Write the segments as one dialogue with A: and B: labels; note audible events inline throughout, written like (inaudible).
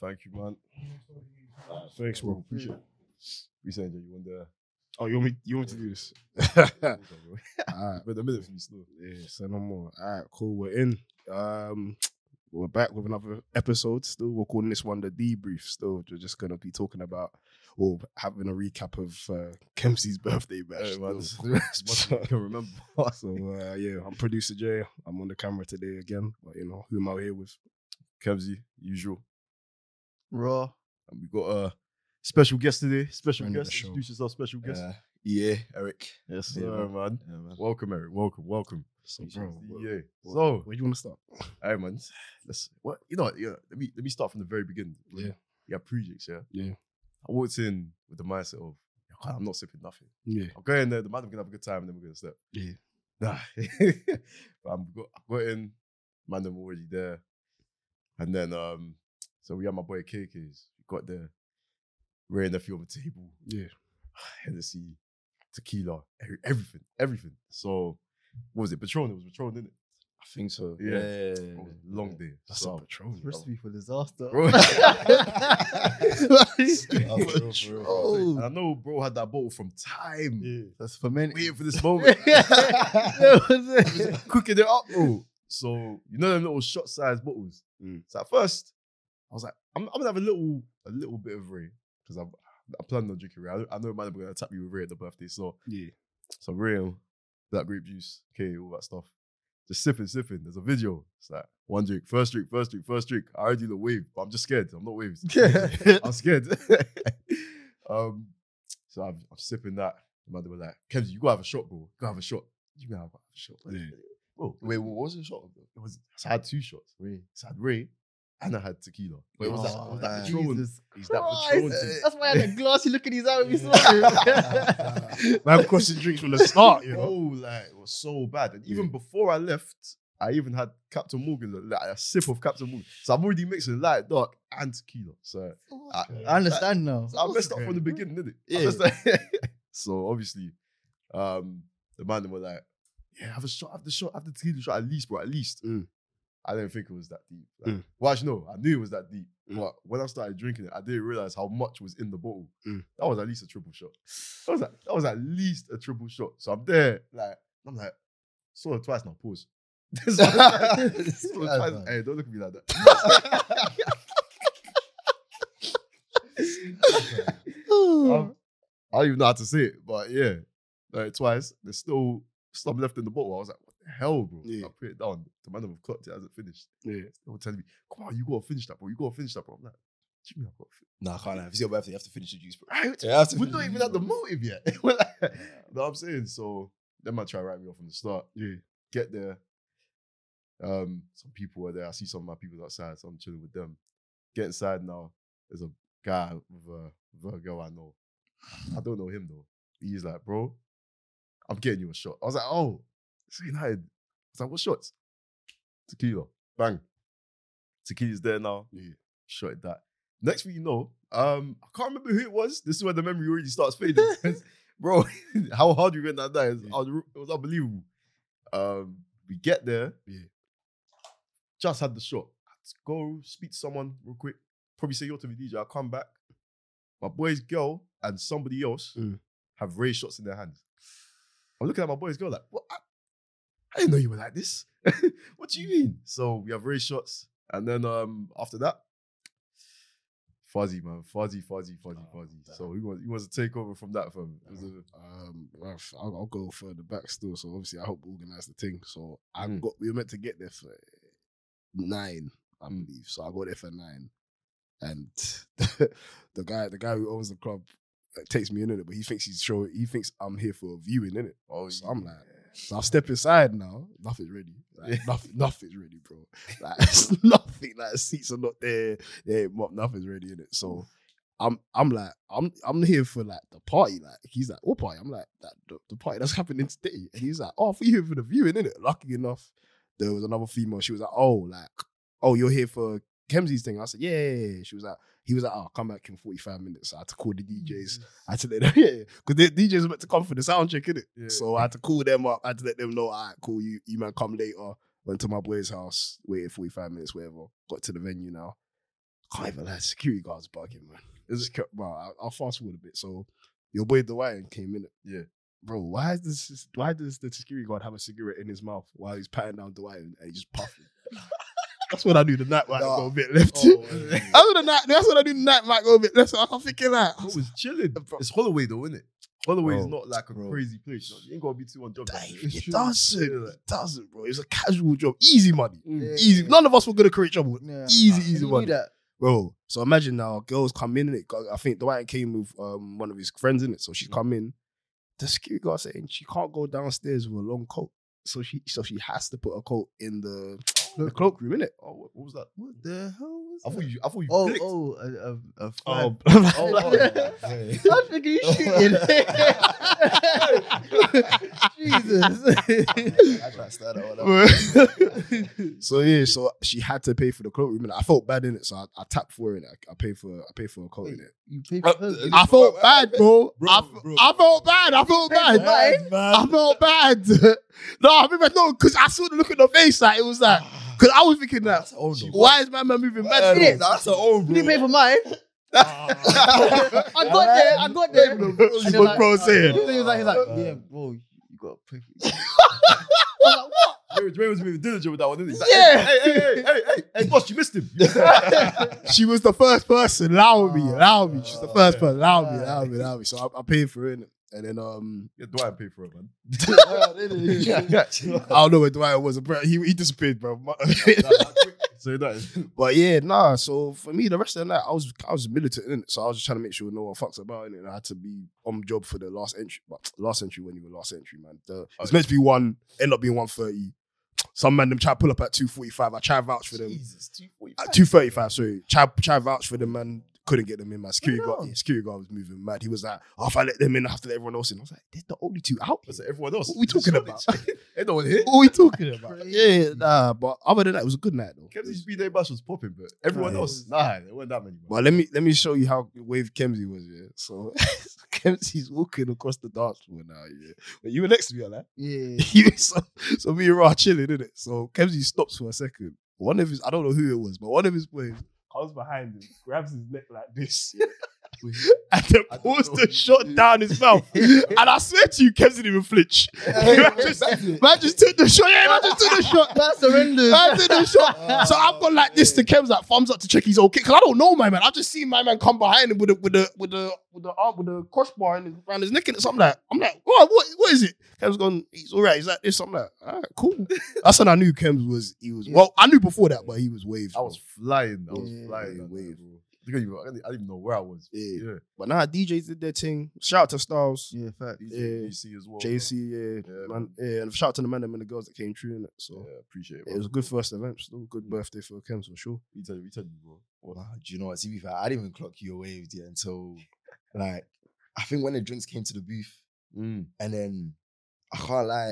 A: Thank you, man. Thanks, bro. Appreciate it. Appreciate it. You want the.
B: Oh, you want me? You want me to do this?
A: (laughs) All
B: All right,
A: right, (laughs) but the minute for me still.
B: yeah. Say no more. All right, cool. We're in. Um, we're back with another episode. Still, we're calling this one the debrief. Still, we're just gonna be talking about or having a recap of uh, Kempsey's birthday bash.
A: Hey, man, this is (laughs)
B: still.
A: the best
B: (laughs)
A: month I can remember. (laughs)
B: so uh, yeah, I'm producer Jay. I'm on the camera today again. But you know who am I here with?
A: Kevzy, usual. Raw. And we got a special guest today. Special
B: Friend of the
A: guest.
B: show.
A: Introduce yourself, special guest.
C: Uh, yeah, Eric.
A: yes,
C: yeah,
A: sir, man.
C: Yeah, man.
A: Welcome, Eric. Welcome, welcome.
B: So bro, where,
A: yeah.
B: what-
A: So,
B: where do you want to start?
A: Hey man, let's what you know, what, yeah, let me let me start from the very beginning.
B: Yeah.
A: Yeah, projects, yeah.
B: Yeah.
A: I walked in with the mindset of "Yeah, I'm not sipping nothing.
B: Yeah,
A: I'm going there, the man, I'm gonna have a good time and then we're gonna step.
B: yeah,
A: Nah. (laughs) but I'm got I got in, man them already there. And then um so we had my boy KK's, we got there, we're in the field on the table,
B: yeah.
A: Hennessy, tequila, every, everything, everything. So what was it? Patron, it was Patron, didn't it?
C: I think so.
A: Yeah.
C: Yeah. Oh,
A: It was a long day.
B: That's
A: so, oh,
B: a patrol.
A: Rest-
C: Recipe for disaster.
A: Bro.
C: (laughs) Oh.
A: And I know bro had that bottle from time.
C: That's fermented.
A: Waiting for this
B: (laughs)
C: (laughs)
A: moment. (laughs) Cooking it up, bro. So, you know them little shot sized bottles.
B: Mm.
A: So at first, I was like, I'm, I'm gonna have a little a little bit of Ray. Because I'm I plan on drinking Ray. I, know- I know man are gonna tap you with Ray at the birthday. So
B: Yeah,
A: so real, black grape juice, K, all that stuff. Just sipping, sipping. There's a video. It's like one drink, first drink, first drink, first drink. I already look waved, but I'm just scared. I'm not
B: (laughs)
A: waved.
C: (laughs)
A: I'm scared. (laughs) um, so I'm, I'm sipping that. The man were like, Kevs, you gotta have a shot, bro. You gotta have a shot. You gotta have a shot.
B: Yeah.
A: Bro, wait, what was the shot? It was so I had two shots. Ray. So I had Ray and I had tequila. But it was that, it was that
C: Oh,
A: Patron.
C: Jesus
A: It's that
C: Christ.
A: Patron thing.
C: That's why I had a glassy look in his eye when
A: (laughs)
C: we saw him.
B: man, crossing drinks from the start. You
A: Oh,
B: know.
A: like it was so bad. And even before I left, I even had Captain Morgan, like a sip of Captain Morgan. So I'm already mixing light, dark, and tequila. So
C: (laughs)
A: I,
C: I understand now.
A: so I messed (laughs) up from the beginning, didn't it?
C: Yeah.
A: (laughs) so obviously, um, the man were like, "Yeah, have a shot, have the shot, have the tequila shot at least, bro, at least." Uh.
B: Mm.
A: I didn't think it was that deep. Like,
B: Mm.
A: Well, actually, no, I knew it was that deep.
B: Mm.
A: But when I started drinking it, I didn't realize how much was in the bottle.
B: Mm.
A: That was at least a triple shot. That was, at- that was at least a triple shot. So I'm there, like, I'm like, saw it twice now, pause. (laughs) Saw it twice. Saw it twice.
C: man.
A: Hey, don't look at me like that.
C: Hmm. Oh.
A: Um, I don't even know how to say it, but yeah, like twice. There's still some left in the bottle. I was like, what the hell, bro?
B: Yeah.
A: I put it down. The man have clocked it as it finished.
B: Yeah.
A: They were telling me, come on, you gotta finish that, bro. You gotta finish that, bro. I'm like, what do you mean I've got to finish?
C: Nah, I can't. If it's your birthday, you have to finish the juice, bro.
A: (laughs) Right?
C: Yeah, I have to
A: We're
C: finish
A: not
C: the
A: even
C: juice,
B: (laughs)
A: at the
C: bro.
A: motive yet. (laughs) We're like, know what I'm saying? So then man try to write me off from the start.
B: Yeah.
A: Get there. Um, some people were there. I see some of my people outside, so I'm chilling with them. Get inside now. There's a guy with a, with a girl I know. I don't know him though. He's like, bro, I'm getting you a shot. I was like, oh, it's United. I was like, what shots? Tequila. Bang. Tequila's there now.
B: Yeah.
A: Shot at that. Next thing you know, um, I can't remember who it was. This is where the memory already starts (laughs) fading. 'Cause, bro, how hard we went that night. It was,
B: Yeah.
A: unru- it was unbelievable. Um, we get there.
B: Yeah.
A: Just had the shot. Had to go speak to someone real quick. Probably say you're to the DJ. I'll come back. My boy's girl and somebody else
B: Mm.
A: have raised shots in their hands. I'm looking at my boy's girl like, what? I, I didn't know you were like this. (laughs) what do you mean? So we have raised shots. And then um, after that, Fuzzy, man. Fuzzy, fuzzy, fuzzy,
B: Oh,
A: fuzzy.
B: damn.
A: So he wants, he wants to take over from that, fam. It was a-
B: Um, bruv, I'll, I'll go further back still. So obviously, I helped organize the thing. So I
A: Mm.
B: got we were meant to get there for nine, I
A: Mm.
B: believe. So I got there for nine, and (laughs) the guy, the guy who owns the club, uh, takes me in it, but he thinks he's show. He thinks I'm here for a viewing in it.
A: oh,
B: So I'm like, so I step inside now. Nothing's ready. Like, nothing, nothing's ready, bro. Like it's (laughs) nothing. Like seats are not there. Yeah, nothing's ready in it. So I'm, I'm like, I'm, I'm here for like the party. Like he's like, what party? I'm like, that the, the party that's happening today. And he's like, oh, I thought you were here for the viewing, innit? Lucky enough, there was another female. She was like, oh, like, oh, you're here for Kemsey's thing. I said, yeah. yeah, yeah." She was like, he was like, oh, come back in 45 minutes. I had to call the DJs.
A: (laughs)
B: I had to let them, (laughs) yeah, because the DJs were meant to come for the sound check, innit?
A: Yeah.
B: So I had to call them up. I had to let them know, all right, cool, you, you man, come later. Went to my boy's house, waited 45 minutes, whatever. Got to the venue now. can't even lie, security guards bugging, man. It just kept, bro, I, I'll fast forward a bit. So your boy Dwight came in.
A: Yeah.
B: Bro, why is this? Why does the security guard have a cigarette in his mouth while he's patting down Dwight and he's just puffing? that's what I knew the night might
C: Nah.
B: got
A: (laughs)
B: a (laughs) bit
C: (laughs)
B: left.
C: Oh,
B: That's what the night. That's what I knew the night might go a bit left. So I'm thinking that.
A: I was chilling.
B: Bro.
A: It's Holloway though, isn't it? Holloway is
B: Bro.
A: not like a
B: Bro.
A: crazy place. You, know, you ain't gotta be too on job. (laughs)
B: Dave,
A: like that.
B: it doesn't.
A: Yeah, like-
B: It doesn't, bro. It was a casual job. Easy money.
C: Yeah.
B: Easy. None of us were gonna create trouble.
C: Yeah.
B: Easy,
C: And
B: easy
C: you
B: one.
C: do that.
B: Bro, so imagine now girls come in and it I think Dwight came with um one of his friends in it. So
A: Mm.
B: she come in. The security guard saying she can't go downstairs with a long coat. So she so she has to put a coat in the, the cloakroom, innit?
A: Oh, what, what was that?
C: What the hell was
A: I
C: that?
A: thought you. I thought you.
C: oh,
A: clicked. (laughs)
C: oh, a, a, a flag.
B: Oh, bro.
C: (laughs) Oh, I was thinking you (laughs) shooting. Jesus.
A: I can't stand that one. up.
B: Bro. (laughs) so yeah, so she had to pay for the cloakroom and I felt bad in it. So I, I tapped for it. I, I paid for I paid for a coat in it.
C: (laughs) you pay
A: Uh,
C: for those.
A: (laughs)
B: I felt bad, bro.
A: Bro,
B: I,
A: bro.
B: I felt bad. I felt
C: Bad,
B: bad. I felt bad. (laughs) no, I remember no, because I saw the look on her face. Like it was like, because I was thinking that.
A: Oh no.
B: Why is my man moving mad? (laughs)
C: Idiot.
A: That's her own,
C: You
A: bro.
C: didn't pay for mine.
A: (laughs)
C: I got there. I got there. And
B: This is
C: they're
B: what
C: like,
B: bro
C: he
B: saying.
C: was like, he's like,
A: Uh,
C: yeah, bro, you got to pay.
A: Ray was- Ray was being diligent with that one. didn't he? He's like,
C: Yeah.
A: Hey, hey, hey, hey, hey, hey, boss, you missed him. You missed him.
B: She was the first person. Allow me, allow me. She's the first
A: Oh,
B: person. Allow me,
C: man.
B: allow me, allow me. So I, I paid for it, innit? and then um,
A: yeah, Dwight paid for it, man. (laughs)
B: (laughs) I don't know where Dwight was, bro. He he disappeared, bro. (laughs)
A: so that is.
B: But yeah, nah. So for me, the rest of the night, I was I was militant, innit? so I was just trying to make sure no one fucks about it. And I had to be on job for the last entry, but last entry when you were last entry, man. The, it's meant to be one, end up being one thirty. Some man them try to pull up at two forty five. I try vouch for them
A: Jesus, two forty.
B: at two thirty five. Sorry, try try vouch for them, man. Couldn't get them in, man. Security
A: Why not?
B: guard, yeah, security guard was moving mad. He was like, oh, if I let them in, I have to let everyone else in. I was like, they're the only two out.
A: That's everyone else.
B: What we talking about?
A: (laughs) Ain't no one here.
B: What are we talking about? yeah, nah. But other than that, it was a good night though.
A: Kempsey's B-Day bash was popping, but everyone
B: Right.
A: else, nah, there weren't that many. Man.
B: But let me let me show you how wave Kemsy was, yeah. So (laughs) Kemsy's walking across the dance floor now, yeah. But you were next to me, (laughs) like
C: Yeah.
B: so, so me and Ra chilling, innit? So Kemsy stops for a second. One of his I don't know who it was, but one of his boys comes behind him, grabs his neck like this,
A: (laughs)
B: yeah, (laughs) and then
A: I don't
B: pulls
A: know.
B: the shot down
A: (laughs)
B: his mouth. and I swear to you, Kemsy didn't even flinch. man, just, man just took the shot. Yeah, man just took the shot.
C: That's surrender.
B: I did the shot. So I've gone like this to Kev's like thumbs up to check his okay. Cause I don't know my man. I've just seen my man come behind him with a with a with a with the arm with a crossbar and around his neck and something like I'm like, oh, what what is it? Kev's gone, he's all right, he's like this. I'm like, all right, (laughs) cool. That's when I knew Kem's was he was
C: Yeah.
B: well, I knew before that, but he was waved.
A: I was flying. I was
C: Yeah,
A: flying. that
B: wave.
A: night, bro. I couldn't even- I didn't I didn't even know where I was.
B: yeah.
A: Yeah.
B: But now DJs did their thing. Shout out to Styles,
C: Yeah, fact.
A: He's
B: Yeah.
A: in DC as well.
B: JC, yeah,
A: Yeah,
B: man, yeah, and shout out to the man and the girls that came through in
A: bro.
B: it. So
A: Yeah, appreciate it.
B: it
A: bro.
B: was a good first event, still a good birthday for Kems for sure.
A: We tell you, we tell you, bro. What?
D: Wow, do you know what? To be fair, I didn't even clock your waves yet until like I think when the drinks came to the booth, (laughs)
A: Mm.
D: and then I can't lie,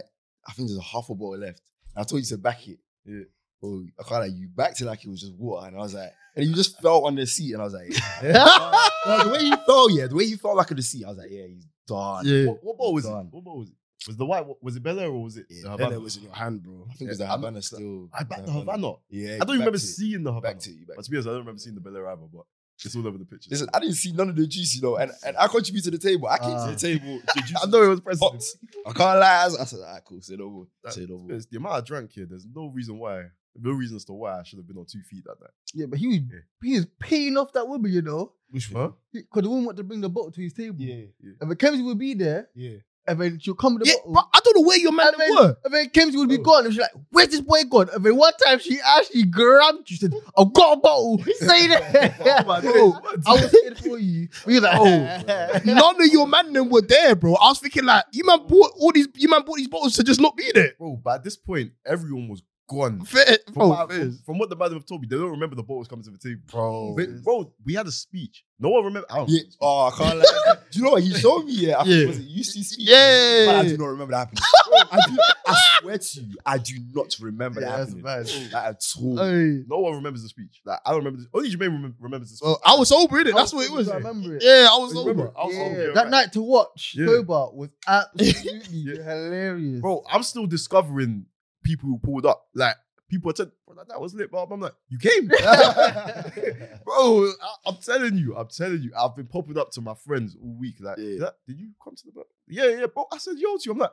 D: I think there's a half a bottle left. I told you to back it.
A: Yeah.
D: Oh, I can't lie, you backed it like it was just water, and I was like, and you just fell on the seat, and I was like, no, the way you fell, yeah, the way you fell like on the seat, I was like, yeah, he's done.
B: Yeah.
A: What, what ball was
D: Done.
A: it? What ball was it? Was the white? Was it Bella or was it? the
D: Yeah,
A: Havana?
B: Bella was in your hand, bro.
D: I think it was the
A: Yeah, I'm-
D: Havana still.
A: I backed the Havana.
D: Yeah,
A: I don't
D: you
A: even remember
D: backed it.
A: seeing the Havana.
D: Back to you, back
A: But to be honest, I don't remember seeing the Bella either. But it's all over the pictures.
D: Listen, I didn't see none of the juice, you know, and, and I contributed to the table. I came
C: Ah.
D: to the table.
A: Did you-
D: I know
A: (laughs)
D: it was
A: Hot.
D: president. I can't lie. I was- I said, all right, cool. Say no more.
A: That-
D: Say no more.
A: It's the amount I drank here. There's no reason why. No reason as to why I should have been on two feet that night.
C: Yeah, but he was,
A: Yeah.
C: he was peeing off that woman, you know,
B: Which
A: Huh?
C: because the woman wanted to bring the bottle to his table. And then Kemsy would be there,
B: yeah.
C: and then she'll come with the
B: Yeah,
C: bottle.
B: but I don't know where your man
C: And then,
B: were.
C: and then Kemsy would be
A: Oh.
C: gone, and she's like, "Where's this boy gone?" And then one time she actually grabbed you, said, "I've got
B: (laughs)
C: a bottle, stay there."
B: Oh
A: (laughs)
C: Bro, (laughs) I was here for you. We were like, (laughs)
B: Oh, None of your man them were there, bro. I was thinking like, you man bought all these, you man bought these bottles to just not be there.
A: Bro, by this point, everyone was gone.
B: Fair,
A: From,
B: bro,
A: what I-
B: fair.
A: from, from what the madam have told me, they don't remember the ball was coming to the table.
B: bro.
A: But, bro, we had a speech. No one remember. I don't
D: Yeah. Oh, I can't lie. do you know what? You showed me. Yeah. I
B: Yeah.
D: yeah. Was it UC speech?
B: Yeah.
D: But I do not remember that happening.
B: (laughs)
D: I, do, I swear to you, I do not remember that happening. Like, at all.
B: Oh,
C: Hey.
A: No one remembers the speech. Like I don't remember. This. Only Jermaine remem- remembers the speech.
B: Well, I was sober in it. That's what it was. Yeah,
C: I remember it.
B: I was
A: You remember?
B: sober.
A: I was
C: Yeah,
A: sober,
C: that
A: right?
C: night to watch
A: Yeah.
C: sober was absolutely
A: Yeah.
C: hilarious.
A: bro, I'm still discovering people who pulled up. Like people are telling, bro, that, that was lit, bro. I'm like, you
C: (laughs)
A: came, (laughs)
D: (laughs)
A: bro. I, am telling you, I'm telling you. I've been popping up to my friends all week. Like,
B: Yeah.
A: "Did that- did you come to the bar? Yeah, yeah, bro. I said yo to you. I'm like,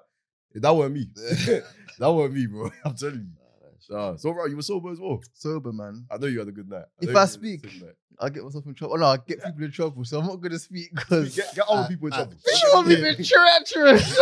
A: "Yeah, that wasn't me. that wasn't me, bro. (laughs) I'm telling you. Uh, so, bro, you were sober as well.
C: Sober, man.
A: I know you had a good night.
C: If
A: know you
C: I
A: had a
C: speak-
A: good night.
C: I get myself in trouble. Oh, no, I get people in trouble, so I'm not gonna speak because (laughs)
A: get, get other people in trouble. (laughs)
C: people have been treacherous.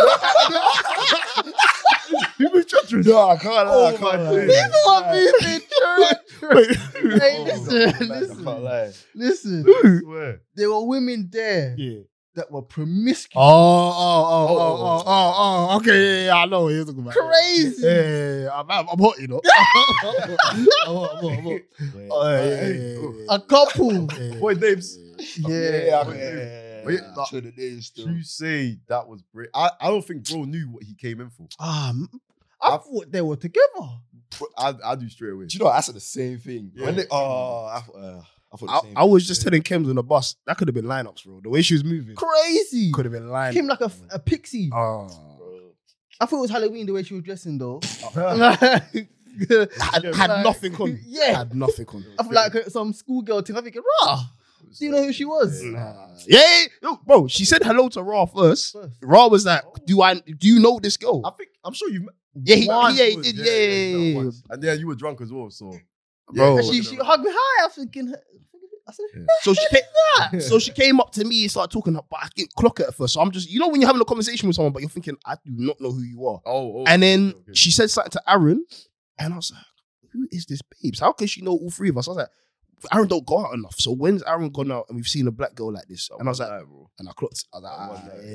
A: People in
C: (laughs)
A: trouble.
D: No, I can't.
A: Oh
D: I can't
A: my
D: lie.
A: days.
C: People have been treacherous. hey, listen,
D: Oh, I can't
C: listen,
D: lie.
C: listen.
A: I swear.
C: There were women there
B: Yeah.
C: that were promiscuous,
B: Oh, oh, oh, oh, oh, oh, oh. Okay, yeah, yeah, I know what you're talking about. Yeah.
C: crazy.
B: Yeah, yeah, yeah. I'm, I'm, I'm hot, you know. (laughs) I'm hot, I'm hot, I'm hot, I'm hot.
D: Wait.
B: Oh, yeah, yeah,
A: Hey,
B: yeah,
A: oh.
B: yeah, yeah.
C: A couple.
B: Yeah, yeah,
A: Boy,
B: yeah.
A: names.
D: Yeah,
C: Yeah.
D: yeah,
A: Wait,
D: yeah.
A: wait,
D: yeah.
A: but-
D: Sure, the day is still.
A: You say that was Brit. I, I don't think bro knew what he came in for.
C: Um, I thought they were together.
A: I, I do straight away.
D: Do you know what? I said the same thing?
A: Yeah.
D: When they, oh, I, thought, uh, I thought the
B: I,
D: same
B: I was just telling Kems on the bus that could have been lineups, bro. The way she was moving
C: Crazy.
B: could have been lineups.
C: Came like a, f- a pixie.
B: oh.
C: I thought it was Halloween the way she was dressing though. (laughs)
A: (laughs)
B: had, had
C: Like,
B: nothing
D: (laughs)
B: on.
C: Yeah.
B: Had nothing on.
C: I feel like uh, some schoolgirl thing. I think, rah. Do you know who she was?
B: Nah. Yeah, yeah, yeah. bro. She said hello to Ra first. Ra was like, "Do I? Do you know this girl?"
A: I think I'm sure you. met-
B: yeah, he,
C: Once.
B: yeah, he did. Yeah,
A: met
B: yeah, yeah,
A: once. And yeah, you were drunk as well, so
B: Bro.
A: yeah,
C: And she, she hugged me. Hi. I was thinking, I said,
B: So she came, so she came up to me and started talking, but I didn't clock it at first. So I'm just, you know, when you're having a conversation with someone, but you're thinking, "I do not know who you are."
A: Oh, oh,
B: And then
A: okay, okay.
B: she said something to Aaron, and I was like, "Who is this, babes? How can she know all three of us?" I was like, "Aaron don't go out enough. So when's Aaron gone out and we've seen a black girl like this?" And I was like,
A: Alright, bro.
B: and I clocked. I was like,
A: I was
B: "Ah,
A: like,
B: yeah,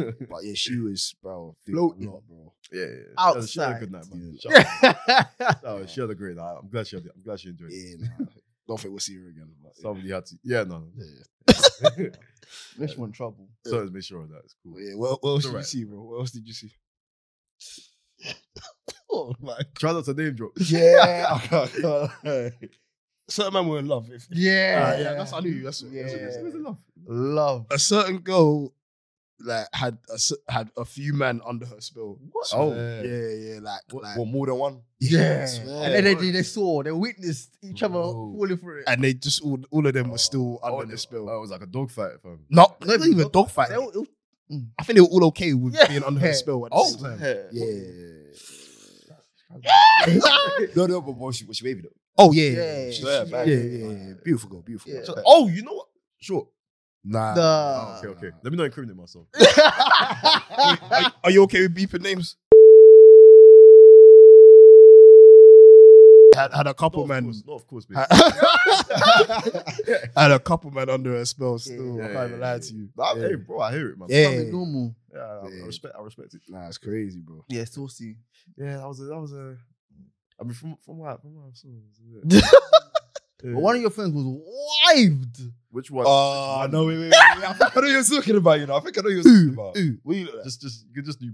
B: yeah, yeah." but yeah, she was, bro,
C: Floating.
B: a lot, bro.
A: (laughs) yeah, yeah, yeah.
C: Outside.
A: She had a good night, man. She had-
C: (laughs) yeah.
A: no, she had a great night. I'm glad she had. I'm glad she enjoyed it. (laughs)
B: Yeah, nah. don't think we'll see her again. But yeah.
A: Somebody had to. Yeah,
C: (laughs)
A: no.
B: Yeah.
C: This one trouble.
A: (laughs)
C: (laughs)
A: so let's make sure of that. It's cool.
B: Yeah, what, what
A: It's
B: else did you
A: alright.
B: see, bro? What else did you see? (laughs)
C: Oh, my.
A: Try not to name drop.
D: Yeah,
B: (laughs)
D: I can't, I can't lie.
B: Certain man were in love. If,
C: Yeah.
B: Ah, yeah, that's I knew. That's what.
C: Yeah.
B: That's what it is.
A: It was enough.
C: Love.
B: A certain girl, like, had a, cer- had a few men under her spell.
C: What?
A: Oh.
B: yeah, yeah, like, like,
D: Well, more than one.
B: (laughs)
C: Yeah.
D: Swear.
C: And then they, they, they saw, they witnessed each other
A: Bro.
C: falling for it.
B: and they just all all of them were still
A: Oh,
B: under
A: no.
B: the spell.
A: Oh, it was like a dog fight, fam.
B: no, not even dog fight.
C: They all- they all-
B: I think they were all okay with
C: Yeah.
B: being (laughs) under her spell at the
A: Oh.
B: same time.
D: Yeah.
B: (laughs)
D: No, no, but boy, she, was she wavy though.
B: Oh yeah, yeah,
C: Yeah.
B: yeah, She's-
D: Yeah,
B: yeah,
D: back.
B: yeah, yeah, yeah. beautiful girl, beautiful.
C: Yeah.
B: Girl.
A: So- oh, you know what? Sure.
B: Nah.
A: Oh,
C: (laughs) Nah.
A: okay, okay. Let me not incriminate myself.
B: Are, are you okay with beeping names? Had, had a
A: No,
B: couple
A: of
B: men.
A: course, no, of course, baby.
B: Had, had a couple men under her spell. Still,
A: Yeah,
B: I can't even lie
A: yeah,
B: to you.
A: Nah,
B: yeah.
A: Hey, bro, I hear it, man.
B: Yeah.
C: Something normal.
A: Yeah, I,
B: Yeah.
A: I respect. I respect it.
B: Nah, it's crazy, bro.
C: Yeah, saucy.
A: Yeah, that was a, that was a. I mean, from from what from what I saw. it was a bit-
C: but
A: Yeah.
C: one of your friends was wived.
A: which
B: Uh,
A: one?
D: Oh, no, wait, wait, wait. wait. I think I know you're talking about, you know. I think I know you're talking about.
B: Ooh,
D: What you look like?
A: Just just you can just do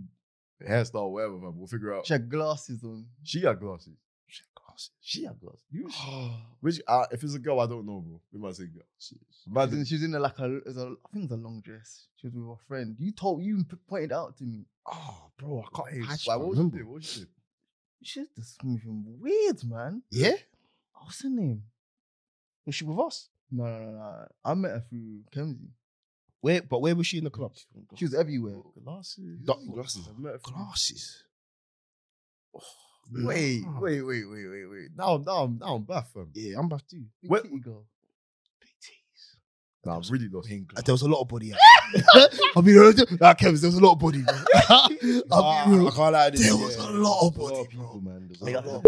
A: hairstyle, whatever, man. We'll figure out.
C: She had glasses on.
A: She had glasses. She had glasses. She had glasses. You- (gasps) Which uh, if it's a girl, I don't know, bro. We might say girl.
C: She's in,
A: Imagine.
C: she was in a, like a, it was a, I think it was a long dress. She was with her friend. You told, you p- pointed out to me.
B: oh, bro, I can't. I
A: Like,
B: just
A: what
B: can't
A: was she
B: remember.
A: doing? What was she doing?
C: She's just moving weird, man.
B: Yeah,
C: What's her name?
B: was she with us?
C: No, no, no, no. I met her through Kemsy.
B: Where, but where was she in the club?
C: She was everywhere.
A: Glasses.
B: Dark
A: glasses. I've met a few-
B: Glasses.
A: Wait, wait, wait, wait, wait, wait. Now, now, I'm now I'm back, fam.
B: Oh. Yeah, I'm back too.
C: Big
A: What-
C: kitty girl.
A: Nah, I'm really lost.
B: Uh, There was a lot of body.
D: (laughs)
B: I'll be honest. Nah, Kevin, there was a lot of body. bro. (laughs) I'll be
D: Ah,
B: real.
D: I can't lie.
B: There was a lot of body,
D: people, man. There's
B: Like,
D: a lot.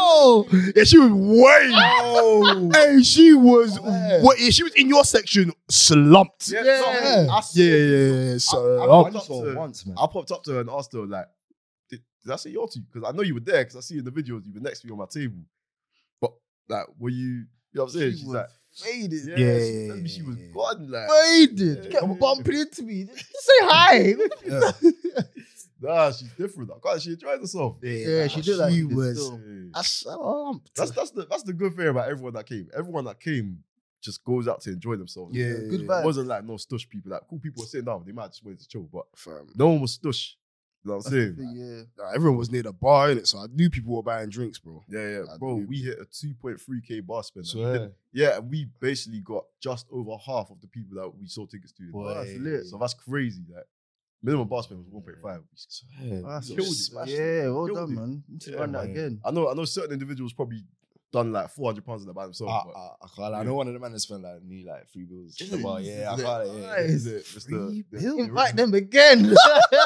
B: Oh, yeah, she was way.
D: Oh,
B: (laughs) Hey, she was.
D: Yeah.
B: What? Yeah, she was in your section, slumped.
A: Yeah,
C: Yeah.
A: I,
B: yeah, yeah, yeah,
A: I-
B: slumped.
A: I-
D: so once, man.
A: I popped up to her and asked her, like, did, did I say your to you? Because I know you were there because I see in the videos you were next to me on my table. But, like, were you, you know what I'm saying?
C: She
A: She's
C: was
A: like,
C: faded.
A: yeah,
B: Yeah,
A: she,
B: yeah,
A: telling me she was
B: yeah, yeah.
A: gone. Like,
C: Faded. You
A: Yeah.
C: Kept bumping into me. Just say hi.
D: (laughs)
A: nah, she's different. I can't, she enjoys herself.
C: Yeah, she did that.
B: She
C: She did
B: was.
C: still.
A: Yeah.
B: That's slumped.
A: That's, that's, the, that's the good thing about everyone that came. Everyone that came just goes out to enjoy themselves.
B: yeah,
C: Good
B: yeah.
C: vibe.
A: It wasn't like no stush people. Like, cool people were sitting down. They might just wanted to chill, but
B: Fam.
A: no one was stush. You know what I'm saying?
C: Yeah.
B: Like, everyone was near the bar in it, so I knew people were buying drinks, bro.
A: Yeah, yeah,
B: I
A: bro.
B: do.
A: We hit a 2.3k bar spend.
D: So,
A: We
D: yeah.
A: did- yeah, and we basically got just over half of the people that we sold tickets to.
D: Boy.
A: That's lit. So that's crazy. Like minimum bar spend was 1.5.
D: So, yeah.
C: Ah,
A: Killed it.
D: Smashed it.
C: Yeah, well
A: Killed
C: done,
A: it.
C: man. Need to
A: Yeah,
C: run that
D: man.
C: again.
A: I know, I know, certain individuals probably done like 400 pounds in that by themselves.
B: Ah,
D: I,
A: but
D: I, I can't. lie. I know one of the men that spent like nearly like three bills. Just about yeah. I can't. lie, yeah, yeah.
A: Is it? It's the-
C: Free
A: the-
C: bill.
A: the
C: Invite
A: original-
C: them again. (laughs)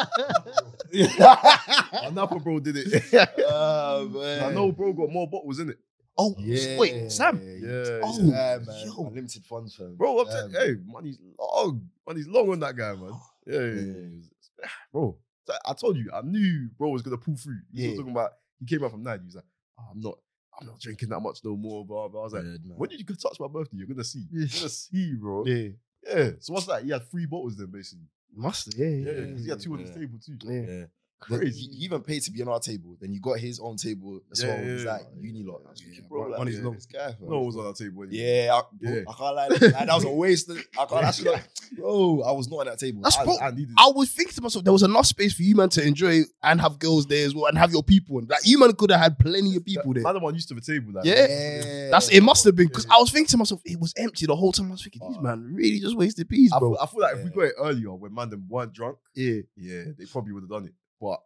D: (laughs)
A: Another bro did it.
D: Ah, man.
A: I know bro got more bottles in it.
C: oh,
D: Yeah.
C: wait, Sam.
A: Yeah.
D: Oh,
A: yeah.
D: yeah, man.
C: yo.
D: Unlimited funds, fam.
A: Bro, I'm
D: Yeah,
A: telling hey, money's long. Money's long on that guy, man. Yeah, yeah, yeah. bro. So I told you, I knew bro was gonna pull through. He was
D: Yeah.
A: talking about he came out from nine. He was like, "Oh, I'm not, I'm not drinking that much no more, blah blah. I was like,
D: Weird, man.
A: when did you go touch my birthday? You're gonna see. You're
C: Yeah.
A: gonna see, bro. Yeah.
B: Yeah,
A: So what's that? He had three bottles then basically.
B: must yeah, yeah,
A: Yeah,
B: yeah.
A: 'cause he had two on his
D: yeah.
A: table too.
B: yeah.
D: Yeah.
A: Crazy.
D: He, he even paid to be on our table. Then you got his own table as
A: Yeah,
D: well. It's
A: yeah.
D: like uni lot. I was thinking,
B: Yeah,
D: bro,
B: mon-
D: like,
B: money's
D: yeah,
B: long.
D: This guy, fam.
A: No one was on that table. anyway.
D: Yeah, I, bro,
A: Yeah.
D: I can't lie. Like, that was a waste. Of, I can't. That's like, bro, I was not on that table.
B: That's
D: I,
B: bro-
A: I needed.
B: I was thinking to myself, there was enough space for you, man, to enjoy and have girls there as well, and have your people. And like, you, man, could have had plenty of people there.
A: Another one used to the table. Like,
B: Yeah. That's it. Must have been because
A: Yeah.
B: I was thinking to myself, it was empty the whole time. I was thinking, these man really just wasted peas,
A: I
B: bro.
A: feel, I feel like if we
D: Yeah.
A: got it earlier when man them weren't drunk,
B: yeah,
A: yeah, they probably would have done it. But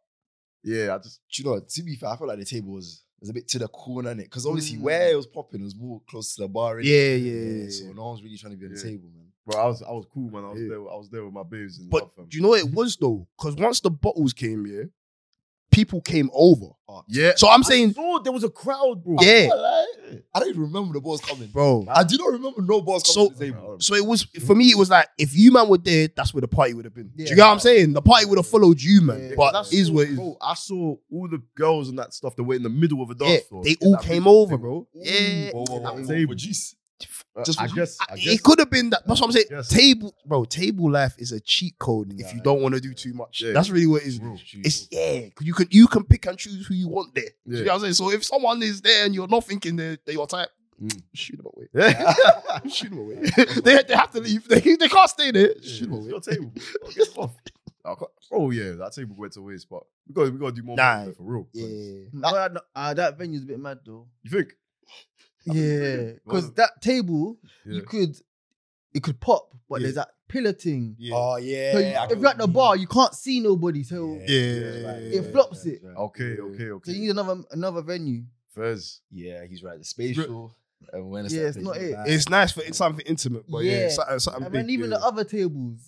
A: yeah, I just
D: Do you know, to be fair, I felt like the table was, was a bit to the corner in it. Because obviously,
C: Mm.
D: where it was popping was more close to the bar. innit?
B: yeah, yeah. yeah.
D: So no one's really trying to be on the
A: Yeah.
D: table, man.
A: bro, I was I was cool, man. I was
B: Yeah.
A: there. I was there with my babes and
B: But
A: love, fam.
B: do you know what it was though? Because once the bottles came, yeah, people came over.
A: yeah,
B: So I'm saying,
A: Oh, there was a crowd, bro.
B: yeah,
D: I don't even remember the balls coming.
B: bro.
D: I do not remember no balls coming
B: So-
D: to the table.
B: So it was for me. It was like if you man were there, that's where the party would have been. Do
C: Yeah.
B: you get what I'm saying? The party would have followed you, man.
C: Yeah,
B: but
A: that's
B: that's is
A: so-
B: what it is.
A: Bro, I saw all the girls and that stuff that were in the middle of a dance
B: Yeah,
A: floor.
B: they
A: In
B: all
A: that
B: came
A: middle
B: over,
A: thing.
B: bro. Yeah,
D: Whoa, whoa, whoa,
A: That
D: whoa,
A: table.
D: whoa, juice.
A: Uh,
D: Just
A: I
D: for-
A: guess, I guess
B: it could have been that. That's what I'm saying.
A: Yes.
B: Table, bro. Table life is a cheat code if
D: Nah,
B: you don't want to do too much.
A: Yeah.
B: That's really what it is.
A: bro,
B: It's yeah, 'cause you can you can pick and choose who you want there. Do
A: Yeah.
B: you (laughs) know what I'm saying? So if someone is there and you're not thinking they're, they're your type,
A: Mm.
B: shoot them
A: (laughs)
B: away.
A: yeah.
B: shoot them (laughs) away. they, they have to leave. (laughs) They, they can't stay there. Shoot
A: It's
B: them away.
A: your table. bro. Get
B: (laughs)
A: off. I can't- Oh yeah, that table went to waste, but we got we got to do more
B: Nah.
A: for real.
B: Yeah.
C: That, ah, that venue's a bit mad though.
A: You think?
C: Yeah, because
A: Well-
C: that table
A: Yeah.
C: you could it could pop, but
A: Yeah.
C: there's that pillar thing.
D: Oh yeah.
C: So you-
D: I
C: if you're at the
D: remember.
C: bar, you can't see nobody. So
D: Yeah.
B: Yeah.
C: It flops it.
A: Okay, okay,
C: so
A: okay.
C: you need another another venue.
A: Fez.
D: Yeah, he's right. The spatial and when
C: Yeah, it's not it.
B: It's nice for it's something intimate, but yeah,
C: Yeah.
B: something, something
C: and
B: big.
C: then even
B: yeah.
C: the other tables.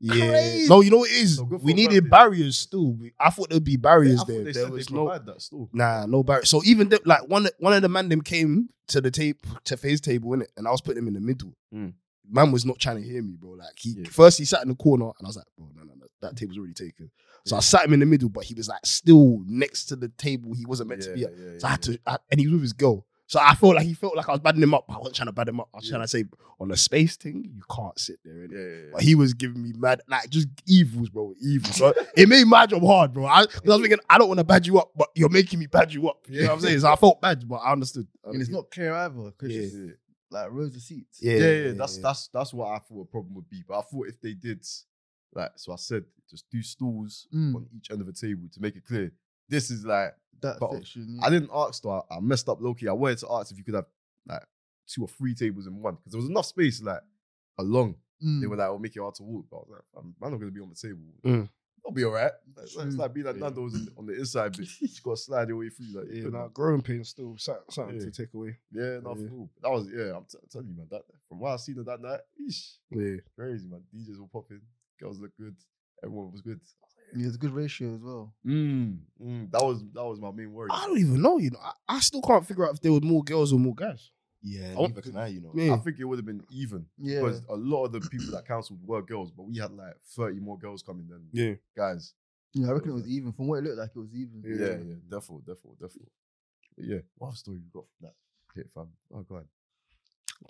B: Yeah.
C: crazy.
B: No, you know what it is?
A: So good for
B: we
A: a
B: needed
A: birthday.
B: barriers still. We- I thought there'd be barriers
A: I thought
B: there.
A: They
B: There
A: said
B: was
A: they
B: no
A: provide that still.
B: Nah, no barriers. So even the, like one one of the man them came to the tape to phase table in it, and I was putting him in the middle.
A: Mm.
B: Man was not trying to hear me, bro. Like he
A: Yeah.
B: first he sat in the corner, and I was like, bro, no, no, no, that table's already taken. So I sat him in the middle, but he was like still next to the table he wasn't meant to be at.
A: yeah,
B: So I had to, I, and he was with his girl. So I felt like he felt like I was badding him up. but I wasn't trying to bad him up. I was
A: Yeah.
B: trying to say on the space thing, you can't sit there. Innit?
A: Yeah, yeah, yeah.
B: But he was giving me mad, like just evils, bro. Evils. So it made my job hard, bro. I, 'cause I was thinking, I don't want to bad you up, but you're making me bad you up. You know what I'm saying? So I felt bad, but I understood.
C: And it's not clear either because
B: Yeah.
C: it's like rows of seats.
A: yeah, yeah, That's that's that's what I thought a problem would be. But I thought if they did, like, so I said, just do stools
C: Mm.
A: on each end of the table to make it clear. This is like
C: That
A: But-
C: section.
A: I didn't ask though. I, I messed up Loki. I wanted to ask if you could have like two or three tables in one because there was enough space like along.
C: didn't.
A: They were like, "I'll make it hard to walk," but I was like, "I'm, I'm not gonna be on the table.
B: Mm.
A: I'll be all right." It's like, it's
C: True.
A: like being at
B: Yeah.
A: Nando's in- on the inside (laughs) bit. You just gotta slide your way through. Like, yeah,
B: nah, growing pain still something, something
A: Yeah.
B: to take away.
A: yeah, nah, for
B: Yeah.
A: real. That was yeah. I'm t- telling you, man. That from what I seen of that night, eesh,
B: Yeah,
A: crazy man. DJs were popping, girls looked good, everyone was good.
C: Yeah, it's a good ratio as well.
A: Mm, mm, that was that was my main worry.
B: I don't even know. You know, I, I still can't figure out if there was more girls or more guys.
D: Yeah,
B: Oh.
D: neither can I, you know.
A: I
B: Yeah,
A: think it would have been even.
C: Yeah.
A: Because a lot of the people that cancelled were girls, but we had like 30 more girls coming than
B: yeah.
A: guys.
C: Yeah, I reckon it was even. From what it looked like, it was even.
A: Yeah, yeah, definitely, definitely, definitely. But yeah, what other story you got from that? Shit, fam. Oh, God.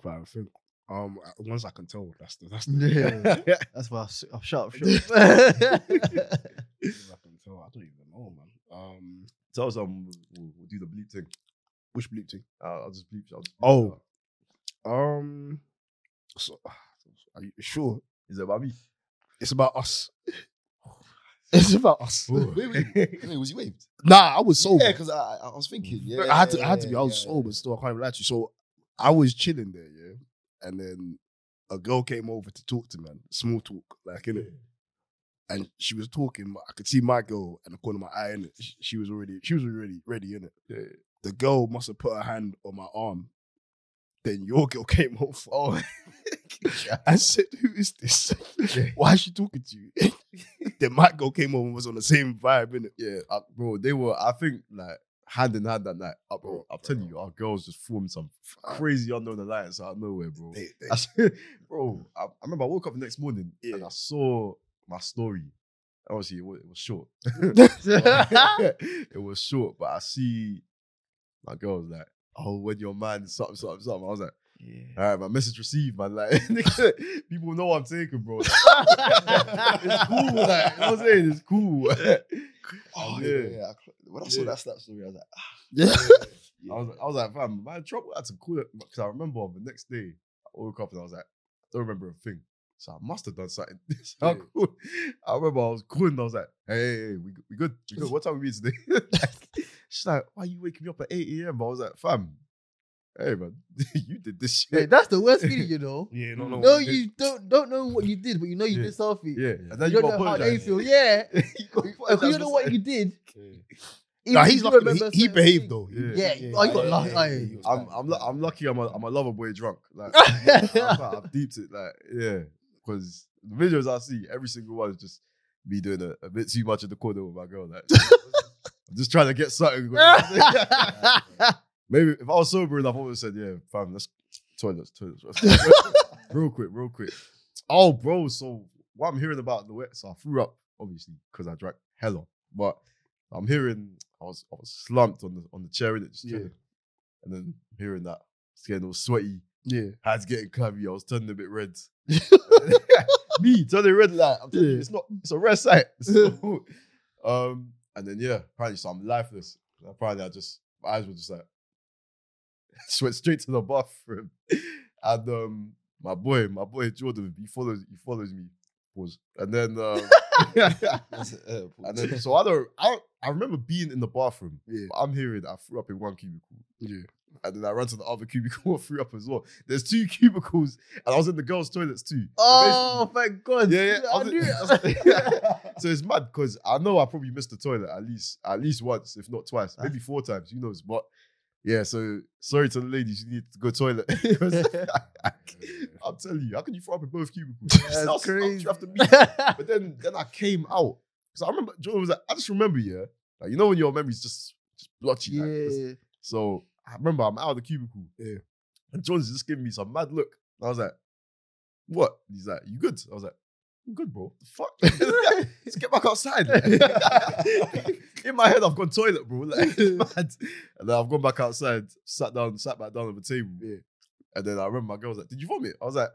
B: But I think um ones I can tell. That's the (laughs) that's the
C: Yeah. (laughs) That's why I s- I'm sharp. (laughs) sharp.
B: ones I can tell. I don't even know, man. Um,
A: Tell us, um, we'll, we'll do the bleep thing.
B: which bleep thing?
A: I'll, I'll just bleep. I'll just bleep
B: Oh.
A: it out.
B: Um, so, (sighs) are you sure
A: Is it about me?
B: it's about us? (laughs) It's about us.
D: wait, wait,
B: (laughs)
D: wait, was he waved?
B: Nah, I was sober.
D: Yeah, because I, I was thinking.
B: (laughs)
D: Yeah,
B: I had to, I had
D: yeah,
B: to be. I was
D: yeah,
B: sober still. I can't even lie to you. So I was chilling there, yeah. And then a girl came over to talk to me, man. Small talk, like innit. And she was talking. but I could see my girl and the corner of my eye, innit. She, she was already, she was already ready, innit.
A: Yeah.
B: The girl must have put her hand on my arm. Then your girl (laughs) came over and said, "Who is this? (laughs) Why is she talking to you?" (laughs) then my girl came over and was on the same vibe, innit.
A: Yeah, uh, bro, they were. I think like hand in hand that night. Uh, bro, I'm telling you, our girls just formed some crazy unknown alliance out of nowhere, bro. (laughs)
B: They- they-
A: I s- bro, I, I remember I woke up the next morning and I saw my story. Obviously, it was, it was short. (laughs)
C: (laughs)
A: it was short, but I see my girls like, oh, when your man something, something, something. I was like,
C: (laughs)
A: all right, my message received, man. (laughs) Like, people know I'm taking, bro. Like, it's cool, like, you know what I'm saying? It's cool. (laughs)
D: Oh,
A: Yeah.
D: yeah. yeah, yeah. I cl- When I saw
A: Yeah.
D: that snap story, I was like, ah,
B: Yeah.
D: yeah.
A: I was, I was like, fam, my trouble. I had to call it because I remember on the next day I woke up and I was like, I don't remember a thing. So I must have done something. (laughs) So I,
C: Oh,
B: Yeah.
A: called, I remember I was calling. I was like, hey, hey, hey, we, we good, we
C: (laughs)
A: good. What time we meet today? (laughs) Like, she's like, why are you waking me up at eight a.m.? I was like, fam, hey man, (laughs) you did this shit.
C: Wait, that's the worst feeling, you know.
B: Yeah,
A: no, no.
C: No, you don't don't know what you did, but you know you
A: Yeah.
C: did something.
A: yeah, and then
C: You
A: you,
C: don't
A: got
C: know how they
A: apologized.
C: feel. Yeah,
A: You got- you
C: because (laughs) you
A: apologized
C: don't know
A: for
C: what
A: saying-
C: you did. Even
B: Nah,
C: if
B: he's
C: you
B: lucky.
C: remember
B: though. He, he
C: certain
B: behaved
C: things-
B: though.
A: Yeah.
C: Yeah,
D: Yeah,
C: I got
D: yeah,
C: lucky.
D: yeah, yeah, yeah.
A: I'm, I'm, lu- I'm lucky. I'm a, I'm a lover boy drunk. Like,
C: Yeah.
A: I've, I've deeped it, like, yeah. Because the videos I see, every single one is just me doing a, a bit too much of the corner with my girl. Like, (laughs) I'm just trying to get something. going. Maybe if I was sober enough, I would have said, yeah, fam, let's toilets, toilets. (laughs) toilets. real quick, real quick. Oh, bro, so what I'm hearing about the wet, so I threw up, obviously, because I drank hella. But I'm hearing I was I was slumped on the on the chair in it, just
B: Yeah.
A: chilling. And then hearing that, it's getting all sweaty.
B: Yeah.
A: Hands getting clammy. I was turning a bit
B: (laughs)
A: red. (laughs) Me turning red light. I'm telling you,
B: Yeah.
A: it's not. It's a red sight. (laughs)
B: (laughs)
A: So, um, and then yeah, apparently, so I'm lifeless. Apparently, I just my eyes were just like just went straight to the bathroom, (laughs) and um, my boy, my boy Jordan, he follows, he follows me. Pause. And
B: (laughs)
A: then, um,
D: That's, uh,
A: and then, so I don't, I don't, I remember being in the bathroom.
B: Yeah.
A: But I'm hearing I threw up in one cubicle.
B: Yeah.
A: And then I ran to the other cubicle (laughs) and threw up as well. There's two (laughs) cubicles, and I was in the girls' toilets too.
C: Oh my god!
A: Yeah, yeah.
C: I
A: was-
C: knew (laughs)
A: I
C: it.
A: was- so it's mad because I know I probably missed the toilet at least at least once, if not twice, maybe four times. Who knows? But yeah, so sorry to the ladies, you need to go
C: (laughs)
A: toilet. (laughs) 'Cause I- I'm telling you, how can you throw up in both
C: (laughs)
A: cubicles? That's
C: crazy.
A: You have
C: (laughs)
A: to meet. But then then I came out because I remember Jordan was like, I just remember, yeah, like you know when your memory's just just blotchy. like, it's-
C: yeah.
A: so I remember I'm out of the cubicle.
B: Yeah.
A: And Jones just giving me some mad look. I was like, what? And he's like, you good? I was like, I'm good, bro. The fuck? (laughs) Let's get back outside. In my head, I've gone toilet, bro. Like, it's mad. And then I've gone back outside, sat down, sat back down on the table.
B: Yeah.
A: And then I remember my girl was like, did you vomit? I was like,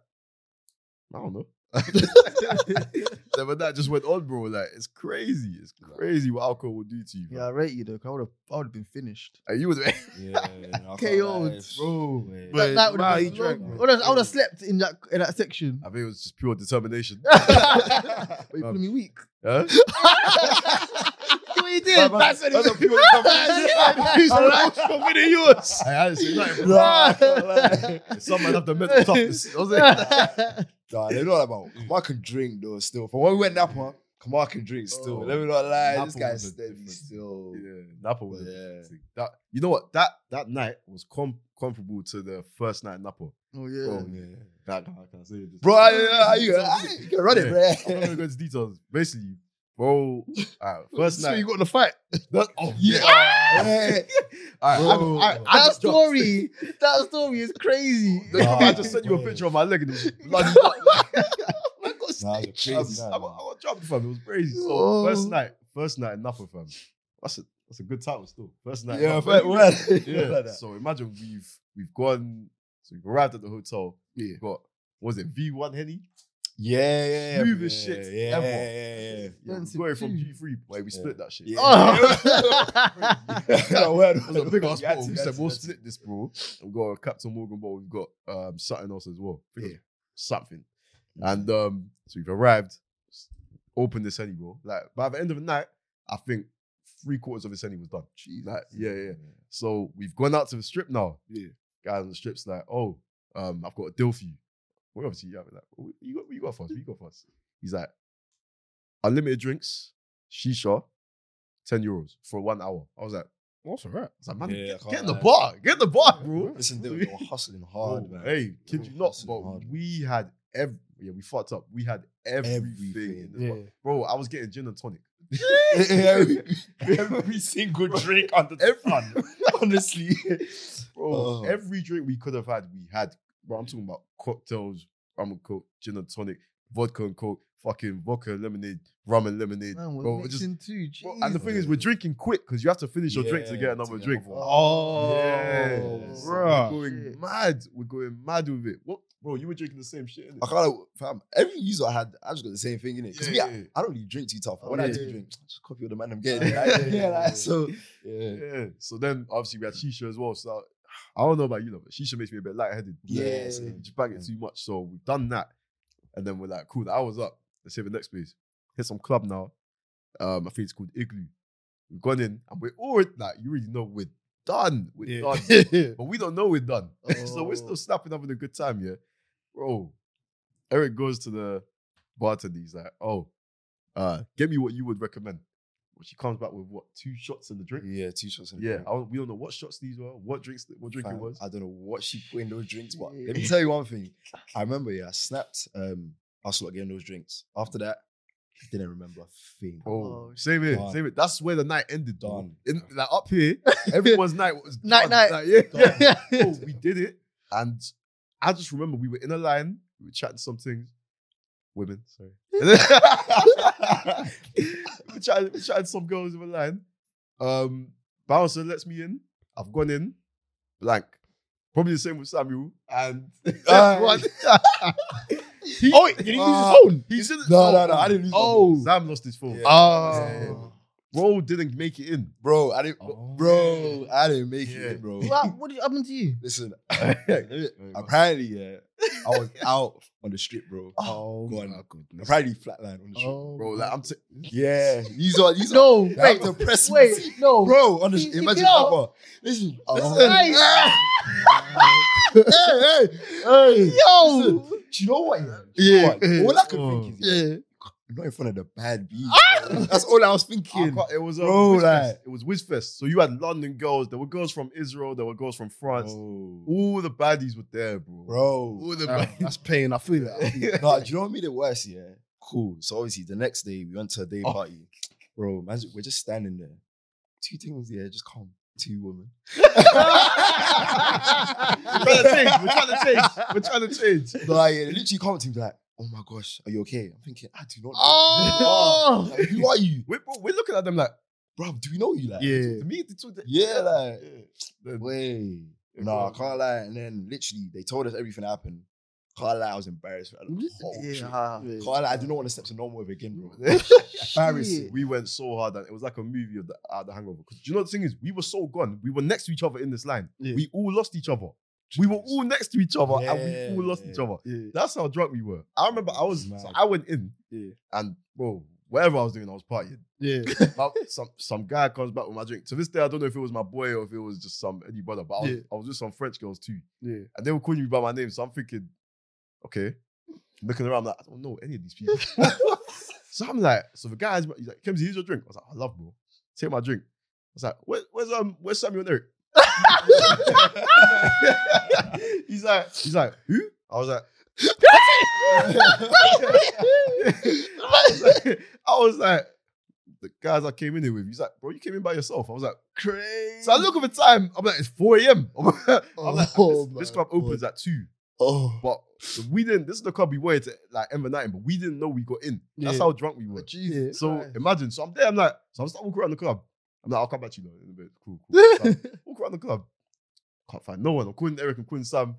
A: I don't know. then but that just went on, bro. Like, it's crazy. It's crazy what alcohol will do to you.
C: Yeah, I
A: Yeah.
C: rate you though. 'cause I would have, I would have been finished.
A: And you was (laughs)
D: yeah, yeah,
C: KO'd,
A: bro.
B: But (laughs)
C: (laughs) That,
D: But
C: that would
B: nah,
C: have
B: he
C: been
B: drank,
C: long.
B: bro.
C: I would have, I would have slept in that in
A: (laughs)
C: that section. (laughs)
A: I think it was just pure determination.
C: but you
A: Um,
C: put me weak.
A: Huh?
C: what you did? That's what
A: Other
C: it
A: people
B: (laughs)
C: was.
A: (laughs) yours. I honestly like,
B: (laughs)
A: some might have the mental toughness. I was like,
D: nah, they know that about. Kamar can drink though. Still, from when we went Napa, Kamar can drink still.
A: Oh.
D: Let me not lie.
A: Napa
D: this guy's
A: was a
D: steady
A: different-
D: still.
A: yeah, Napa was
D: Yeah.
A: a thing. That you know what that that night was com- comparable to the first night in Napa.
C: (laughs)
A: Bro,
C: Oh yeah.
A: I can't, I can't say it.
D: Bro, I, I, I, you, I, you can run
A: Yeah.
D: it,
A: I'm not
D: bro.
A: gonna go into details. Basically,
D: (laughs)
A: bro, alright, first
B: So
A: night.
B: you got in a fight. (laughs)
A: that, oh,
D: Yeah,
A: All right, I, I, I
C: That
A: just dropped-
C: story, that story is crazy.
A: They probably- I just sent you a picture of my leg and it
D: (laughs)
A: was bloody. I got
D: Nah, it was a
A: stitched.
D: crazy
A: I was-
D: night,
A: I
D: man.
A: got- I got jumped, fam. It was crazy. So
C: Oh.
A: first night, first night in Napa, fam. That's a that's a good title still. First night. in
D: Yeah,
A: Napa.
D: but well, (laughs)
C: (laughs)
A: yeah.
D: like that.
A: So imagine we've we've gone. So we've arrived at the hotel.
B: Yeah.
A: We've got what was it V one Henny?
D: yeah, yeah, yeah,
A: Smooth
D: yeah,
A: as shit
D: yeah,
A: ever.
B: (laughs)
D: Yeah, yeah, (laughs)
A: Yeah,
D: yeah.
A: we
C: Expensive
A: got it from
C: too.
A: G three. Wait, we split that shit.
D: Yeah.
A: (laughs)
C: Oh.
D: No, word,
A: It was
D: (laughs)
A: a big ass
D: You had
A: bottle. We
D: to, you had
A: said
D: to,
A: we'll
D: you had to.
A: split this, bro. We've got a Captain Morgan bottle. We've got um, something else as well. I think it was Something. And um, so we've arrived. open this any, bro. Like by the end of the night, I think three quarters of his any was done. Like, yeah, yeah. So we've gone out to the strip now.
E: Yeah.
A: Guys on the strip's like, oh, um, I've got a deal for you. We obviously have it like, "What you got, what you got for us, What you got for us. He's like, unlimited drinks, shisha, 10 euros for one hour. I was like,
E: What's all right?
A: I was like, man,
B: Yeah, I
A: get,
B: can't
A: get in the
B: lie.
A: bar, get in the bar, bro.
B: (laughs) Listen,
A: (laughs)
B: they were, they were hustling hard,
A: Bro,
B: man.
A: Hey, kid you not,
B: Hustling
A: but
B: hard.
A: we had every, yeah, we fucked up. We had everything. in
B: Everything.
A: this bar. Bro, I was getting gin and tonic.
B: (laughs) every, every single drink under the
A: Every-
B: sun. (laughs) Honestly.
A: Bro,
B: Oh.
A: every drink we could have had, we had. Bro, I'm talking about cocktails, rum and coke, gin and tonic, vodka and coke, fucking vodka and lemonade, rum and lemonade.
C: Man, we're
A: bro, we're just,
C: mixing too.
A: bro,
C: jeez.
A: and the thing is, we're drinking quick because you have to finish your drink to
B: Yeah,
A: get another
B: to get
A: drink.
B: another one.
E: Oh,
A: yeah,
B: Yes.
A: so
E: bruh.
A: we're going
C: Shit.
A: mad. We're going mad with it. What, bro? You were drinking the same shit.
B: I
A: innit?
B: can't, fam. Every user I had, I just got the same thing in it. Because
A: Yeah,
B: me,
A: yeah,
B: I, I don't really drink too tough. When I
A: Yeah,
B: do
A: yeah.
B: drink, I just copy what the man I'm getting.
A: Yeah,
B: like,
A: yeah,
B: yeah, (laughs) like,
A: yeah.
B: so, yeah.
A: yeah. So then, obviously, we had shisha as well. So I don't know about you, love, but shisha makes me a bit lightheaded.
B: Yeah,
A: so you
B: same.
A: just bang it too much. So we've done that, and then we're like, cool, the hour's up. Let's hit the next place. Hit some club now. Um, I think it's called Igloo. We've gone in, and we're already like, you already know we're done. We're
E: Yeah.
A: done, but we don't know we're done. (laughs) so
C: Oh.
A: we're still snapping, having a good time, yeah, bro. Eric goes to the bartender. He's like, oh, uh, get me what you would recommend. She comes back with what two shots in the drink.
B: Yeah, two shots. in a
A: Yeah,
B: drink.
A: I don't, we don't know what shots these were, what drinks, what drink it
B: Mm-hmm. Fam,
A: was.
B: I don't know what she put in those drinks, but let me
C: Yeah.
B: tell you one (laughs) thing. I remember, yeah, I snapped um, us lot getting those drinks. After that, I didn't remember a thing.
A: Oh,
C: Oh,
A: same here,
B: Done.
A: same here. That's where the night ended. bro.
B: Done.
A: In, like up
B: (laughs)
A: here, everyone's night was
C: (laughs) Night,
A: done.
C: night.
A: Like, yeah, (laughs)
C: (laughs)
A: yeah.
C: Yeah.
A: Bro, we did it, and I just remember we were in a line, we were chatting some things, women, sorry. And
B: Oh. (laughs)
A: then- (laughs) we, were chatting, we were chatting some girls in a line. Um, bouncer lets me in. I've gone in, blank. Probably the same with Samuel. And (laughs)
B: Ah.
A: One- He-
E: Oh, wait, did he use
A: Ah.
E: his phone?
A: He said,
B: No, no, no, I didn't lose my
A: Oh,
B: phone.
A: Sam lost his phone.
B: Yeah.
E: Oh,
A: Yeah, yeah. Bro didn't make it in.
B: Bro, I didn't,
C: Oh,
B: bro, I didn't make
A: Yeah.
B: it, bro.
C: Well, what did happen to you?
B: Listen, (laughs) apparently, yeah, I was out on the strip, bro.
E: oh
B: Go on.
E: my goodness.
B: Apparently, flatline on the strip.
E: Oh,
A: Bro, like I'm t-
B: Yeah, these are these are
C: No,
B: that
C: wait,
B: was depressing.
C: wait, no.
B: bro. On the,
C: He- he
B: imagine
C: got
B: that,
C: out.
B: bro. Listen, listen.
C: Guys,
B: (laughs) hey, hey, hey.
C: yo,
B: Do you know what? Yeah.
E: Yeah.
B: Do (laughs) you know what? All I could
A: Oh.
B: think is, yeah.
E: yeah.
B: I'm not in front of the bad beat. bro. That's all I was
A: I
B: thinking.
A: can't- it was a
B: Bro,
A: Whiz Fest.
B: like-
A: it was Whizfest. So you had London girls. There were girls from Israel. There were girls from France.
B: Bro,
A: All the baddies were there, bro.
B: bro.
A: All the
E: Ah,
A: bad-
E: that's pain. I feel that. I feel that.
B: Nah,
A: (laughs)
B: do you know what made it worse? Yeah, cool. So obviously, the next day we went to a day
A: Oh.
B: party. Bro, man, we're just standing there. Two things, yeah, just come. Two
A: (laughs)
B: women.
A: we're trying to change. We're trying to change. We're trying to change.
B: Like, yeah, they literally come to me like, "Oh my gosh, are you okay?" I'm thinking, I do not. know
C: (laughs) oh,
B: you." (laughs) Like, who are you,
A: We're, bro, we're looking at them like
B: bro? Do we know you, like?
A: to me. They took the, (laughs)
B: yeah, like.
A: the-
B: Way.
A: Yeah,
B: Nah,
A: bro.
B: I can't lie. And then literally they told us everything happened. Can't lie, I was embarrassed. Bro.
A: (laughs)
B: Like, oh, shit. Can't lie, I do not want to step to normal with again, bro.
C: Embarrassing.
A: we went so hard and it was like a movie of the, out of the Hangover. 'Cause do you know the thing is, we were so gone. We were next to each other in this line.
E: Yeah.
A: We all lost each other. We were all next to each other and
B: Yeah,
A: we all lost
B: yeah.
A: each other.
B: (laughs)
E: Yeah.
A: That's how drunk we were. I remember I was,
B: Mad.
A: so I went in
E: Yeah.
A: and bro, whatever I was doing, I was partying.
E: Yeah.
A: Now, some some guy comes back with my drink. To this day, I don't know if it was my boy or if it was just some any brother, but I was,
E: Yeah.
A: I was with some French girls too,
E: Yeah.
A: and they were calling me by my name. So I'm thinking, okay, looking around, I'm like I don't know any of
E: (laughs)
A: these people. so I'm like, so the guy's he's like, Kimsey, here's your drink. I was like, I love bro, take my drink. I was like, Where, where's um where's Samuel and Eric? (laughs) he's like, he's like, who? I was like, (laughs) I was like, the guys I came in here with, he's like, bro, you came in by yourself. I was like,
B: Crazy.
C: (laughs)
A: so I look at the time, I'm like, it's 4 a.m. (laughs) I'm like,
E: Oh
A: this, this
E: my
A: club opens at 2.
B: Oh.
A: But we didn't, this is the club we wanted to like end the night in, but we didn't know we got in. That's
E: Yeah.
A: how drunk we were.
E: Jesus.
A: So
E: Christ.
A: imagine. So I'm there, I'm like, so I'm starting walking around the club. I'm like, I'll come back to you though in a bit. Cool, cool.
E: (laughs)
A: So I walk around the club. Can't find no one. I'm calling Eric, I'm calling Sam.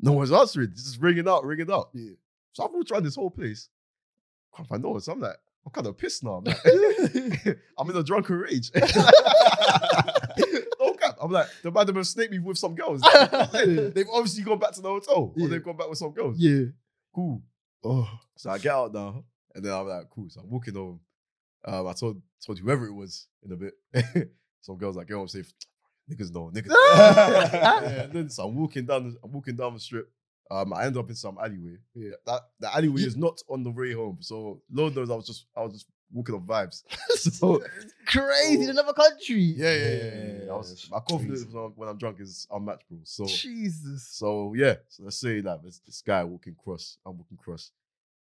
A: No one's answering. This is ringing out, ringing out.
E: Yeah.
A: So I've walked around this whole place. Can't find no one. So I'm like, I'm kind of pissed now.
E: (laughs)
A: I'm, like, (laughs) I'm in a drunken rage. no cap. I'm like, the man have snaked me with
E: (laughs)
A: some girls. they've obviously gone back to the hotel.
E: Yeah.
A: Or they've gone back with some girls.
E: Yeah.
A: Cool.
E: Oh.
A: So I get out now. And then I'm like, cool. So I'm walking home. Um, I told told whoever it was in a bit. (laughs) Some girls like, yo, I'm safe. Niggas know, (laughs) niggas. yeah, and then so I'm walking down. I'm walking down the strip. Um, I end up in some alleyway.
F: Yeah.
A: That the alleyway is not on the way home. So Lord knows I was just I was just walking on vibes. so
C: Oh. Crazy in
A: Oh.
C: another country.
A: yeah, yeah, yeah. yeah,
B: Yeah,
A: yeah. I was
B: that's
A: my confidence
B: crazy.
A: when I'm, when I'm drunk is unmatchable. So
C: Jesus.
A: so yeah, so let's say like this, this guy walking cross, I'm walking cross.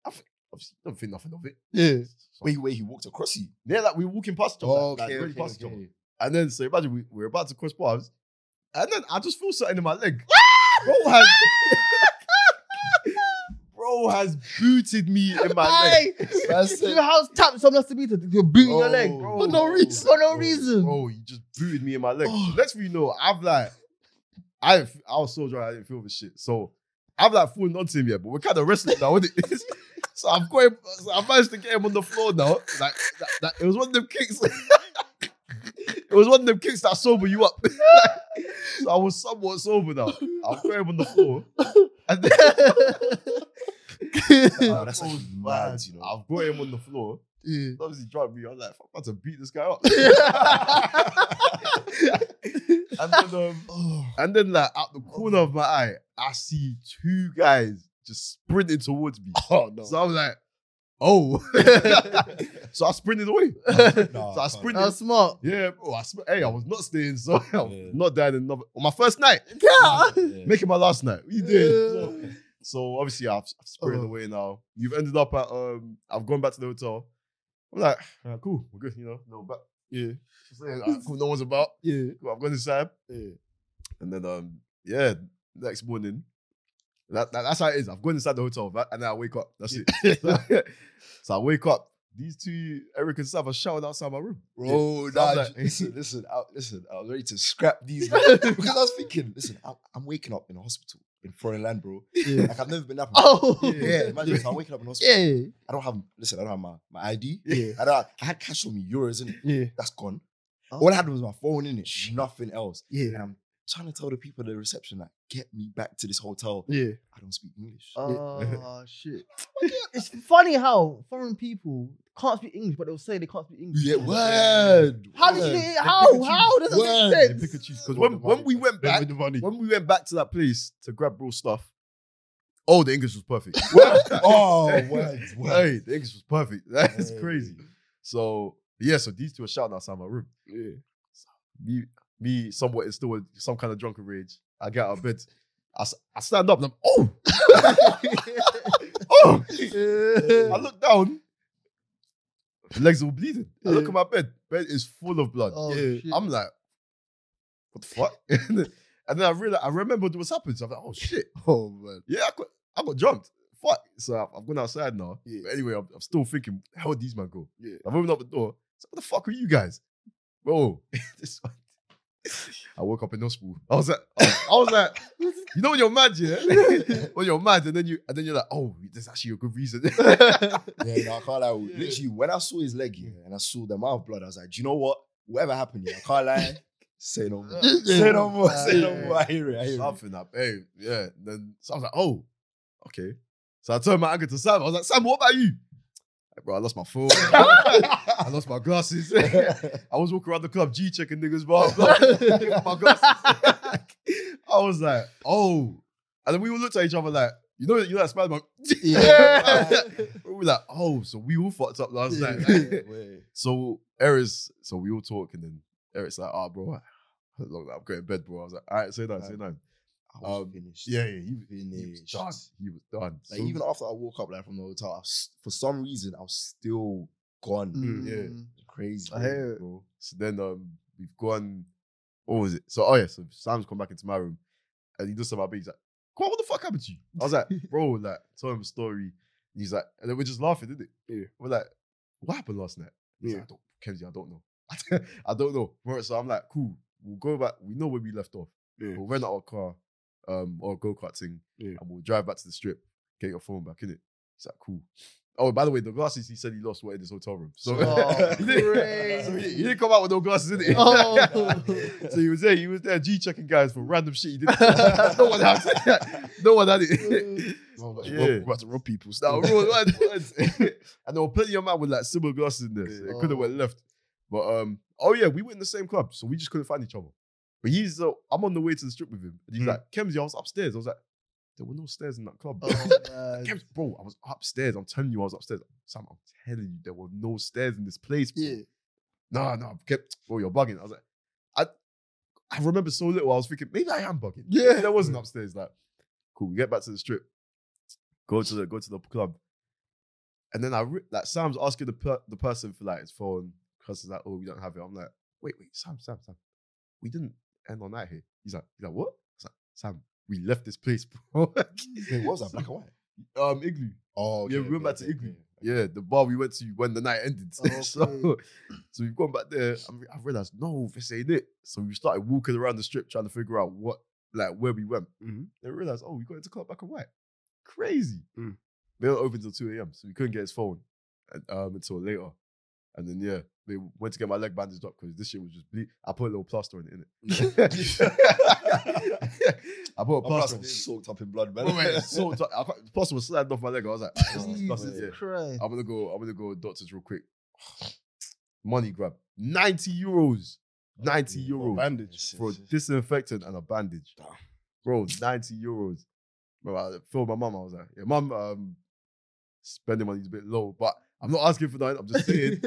A: I think, obviously don't think nothing of it.
F: Yeah.
A: So-
B: (laughs) Wait, wait, he walked
A: (laughs)
B: across you.
A: yeah, like we were walking past each other,
B: Oh,
A: like, like,
B: okay,
A: really
B: okay,
A: past each
B: okay.
A: other. And then so imagine we, we're about to cross paths, and then I just feel something in my leg.
B: (laughs)
A: bro has (laughs) bro has booted me in my leg.
C: Why?
B: That's
C: (laughs) Your house tapped someone else to beat it. You're booting your leg.
A: Bro,
C: For no reason. For no
A: bro,
C: reason.
A: Bro, you oh, just booted me in my leg.
F: Oh.
A: Next thing you know, I've like, I didn't f- I was so dry, I didn't feel the shit. So I've like fallen onto him yet, but we're kind of wrestling now, isn't it? (laughs) so I've got him, so I managed to get him on the floor now. Like that, that, it was one of them kicks. (laughs) it was one of them kicks that sober you up. (laughs) Like, so I was somewhat sober now. I've got him on the
C: (laughs)
A: floor. And then,
B: Wow, that's actually mad, you know.
A: I've got him on the floor.
F: Yeah.
A: Obviously, drugged me. I was like, I'm about to beat this guy up. (laughs) And then, um, (laughs)
B: (laughs)
A: and then, like out the corner of my eye, I see two guys just sprinting towards me.
F: Oh no.
A: (laughs)
B: (laughs)
A: So I was like, "Oh!" so I sprinted away. so I
B: can't.
A: sprinted.
C: That's smart.
A: yeah, bro. I sp- hey, I was not staying, so (laughs) I was
B: Yeah.
A: not dying another on my first night,
C: Yeah.
A: making my last night. We did.
C: Yeah.
A: So, so obviously, I've, I've sprinted away now. You've ended up at um. I've gone back to the hotel. I'm like, "Ah, cool, we're good, you know. No, but
F: Yeah.
A: so, yeah, like, cool, no one's about.
F: Yeah.
A: Cool, I've gone inside.
F: Yeah.
A: And then um yeah, next morning. That, that- that's how it is. I've gone inside the hotel that- and then I wake up. That's it. (laughs) so I wake up. These two, Eric and Sav, are shouting outside my room.
B: Bro,
A: So I was
B: nah,
A: like-
B: j- listen, listen, I, listen. I was ready to scrap
A: (laughs)
B: these guys (laughs) because I was thinking, listen, I'm, I'm waking up in a hospital in foreign land, bro.
F: Yeah.
B: Like I've never
A: (laughs)
B: been up.
C: (laughs) Oh.
B: yeah, imagine so I'm waking up in hospital.
C: Yeah.
B: I don't have, listen, I don't have my, my ID.
F: Yeah.
B: I don't. Have, I had cash on me, euros, and
F: Yeah.
B: that's gone.
C: Oh.
B: All I had was my phone in it, nothing else.
F: Yeah.
B: And I'm trying to tell the people at the reception, like, get me back to this hotel.
F: Yeah.
B: I don't speak English.
C: Oh shit! it's funny how foreign people can't speak English, but they'll say they can't speak English.
B: yeah,
C: (laughs)
B: (laughs) word.
C: How did
B: word.
C: you? How? How does
B: Word.
C: that make
A: They
C: sense?
A: pick and choose. Because when, when we went back,
F: With the money.
A: when we went back to that place to grab raw stuff, oh, the English was perfect.
C: (laughs)
B: Oh, word, word.
A: hey, the English was perfect. (laughs) That's
B: Hey.
A: crazy. So yeah, so these two are shouting outside my room.
F: Yeah.
A: me, me somewhat is still in some kind of drunken rage. I get out of bed. I, s- I stand up and I'm, oh! (laughs) oh! I look down. My legs are all bleeding. I look at my bed. Bed is full of blood.
C: Oh, shit.
A: I'm like, what the fuck? (laughs) and then- and then I realized, I remembered what's happened. So I'm like, oh shit.
F: Oh man.
A: Yeah, I got, I got jumped. Fuck. So I've, I've gone outside now.
F: Yeah.
A: But anyway, I'm, I'm still thinking, how did these man go?
F: Yeah.
A: I've opened up the door. So what the fuck are you guys? Bro, (laughs) this one. I woke up in hospital. I was like, I was like, you know when you're mad,
B: (laughs)
A: yeah? when you're mad, and then you and then you're like, oh, there's actually a good reason.
B: (laughs) Yeah, no, I
C: (laughs)
B: can't lie. Literally, when I saw his leg, yeah, and I saw the amount of blood, I was like, do you know what? Whatever happened, yeah, I can't lie. Say no
C: (laughs)
B: more. Say no more. Say no more. I hear it. I hear it.
A: Something up. Hey, yeah. Then so I was like, oh, okay. So I turned my anger to Sam. I was like, Sam, what about you? Like, bro, I lost my phone. (laughs) I lost my glasses. (laughs)
C: (laughs)
A: I was walking around the club, G checking niggas, bro. (laughs) my glasses. I was like, oh. And then we all looked at each other like, you know, you know that Spider Man. (laughs)
B: (laughs)
A: we were like, oh, so we all fucked up last night. So Eric's, so we all talk, and then Eric's like, "Ah, bro, look, I'm going to bed, bro." I was like, "All right, say nine, say nine.
B: I was
A: Um,
B: finished.
A: Yeah, yeah, he, he was
B: finished.
A: done. He was done.
B: Like
A: So-
B: even after I woke up like from the hotel, I was, for some reason I was still gone.
C: Mm.
B: Crazy.
C: I hear it.
A: bro. So then um, we've gone. What was it? So oh yeah, so Sam's come back into my room, and he does something. about me. He's like, "Come on, what the fuck happened to you?" I was
F: (laughs)
A: like, "Bro, like, tell him a story." And he's like, and then we're just laughing, didn't it?
F: Yeah.
A: We're like, "What happened last night?" He's
F: Yeah.
A: like, I don't, Kenzie, I don't know. (laughs) I don't know. Bro, so I'm like, "Cool, we'll go back. We know where we left off.
F: Yeah.
A: We'll rent out our car, um, or go karting,
F: Yeah.
A: and we'll drive back to the strip, get your phone back in it." He's like, "Cool." Oh, by the way, the glasses he said he lost were in his hotel room. So,
C: Oh,
A: he, didn't, so (laughs) he, he didn't come out with no glasses in it.
B: (laughs)
C: Oh.
A: (laughs) so he was there. He was there G checking guys for random shit. He didn't. (laughs) no one had. (laughs) No one had
C: (laughs)
A: it.
G: Bro, we're about to
A: Yeah.
G: rob- we're about to rob people.
A: No,
G: Still.
A: bro, what- (laughs) what- and there were plenty of man with like similar glasses in there. so it could
C: Oh.
A: have went left. But um, oh yeah, we were in the same club, so we just couldn't find each other. But he's, uh, I'm on the way to the strip with him, and he's
B: Hmm.
A: like, "Kemsy, I was upstairs." I was like, "There were no stairs in that club." (laughs) bro."
C: Oh, man.
A: Kems, bro, I was upstairs. I'm telling you, I was upstairs. Sam, I'm telling you, there were no stairs in this place. Bro.
G: Yeah.
A: Nah, nah, kept, bro, you're bugging. I was like, I, I remember so little. I was thinking, maybe I am bugging.
G: Yeah.
A: there wasn't upstairs. Like, cool. We get back to the strip. Go to the go to the club, and then I re- like Sam's asking the per- the person for like his phone because he's like, oh, we don't have it. I'm like, wait, wait, Sam, Sam, Sam, we didn't end on that here. He's like, he's like, what? I was like, Sam, we left this place, (laughs) bro.
B: Wait, what was
A: (laughs)
B: that? Black and white.
A: um, igloo.
B: Oh,
A: Yeah, we went back to Igloo. Yeah, the bar we went to when the night ended. (laughs)
C: Oh,
A: so,
C: okay.
A: so we've gone back there. and we- I realized no, this ain't it. So we started walking around the strip trying to figure out what, like, where we went.
C: Mm-hmm.
G: Mhm.
A: Then we realized, oh, we got into Club Black and White. Crazy.
G: Mm.
A: They were open till two a.m., so we couldn't get his phone and, um, until later. And then yeah, they went to get my leg bandaged up because this shit was just bleed. I put a little plaster in it.
C: (laughs)
A: Innit? (laughs) I put a
B: My plaster
A: plaster.
B: was soaked up in blood, man.
A: Wait, Oh,
B: (laughs)
A: wait, so tight. I can't- the plaster was sliding off my leg. I was like, "Ah, this is disgusting."
C: Jesus
A: Yeah.
C: Christ.
A: I'm gonna go. I'm gonna go doctors real quick. (sighs) Money grab. Ninety euros. Ninety euros
G: Bandage.
A: for a disinfectant and a bandage,
G: Damn.
A: bro. Ninety euros. Bro, I filled my mum. I was like, "Yeah, mum, um, spending money's a bit low, but I'm not asking for that. I'm just
C: (laughs)
A: saying,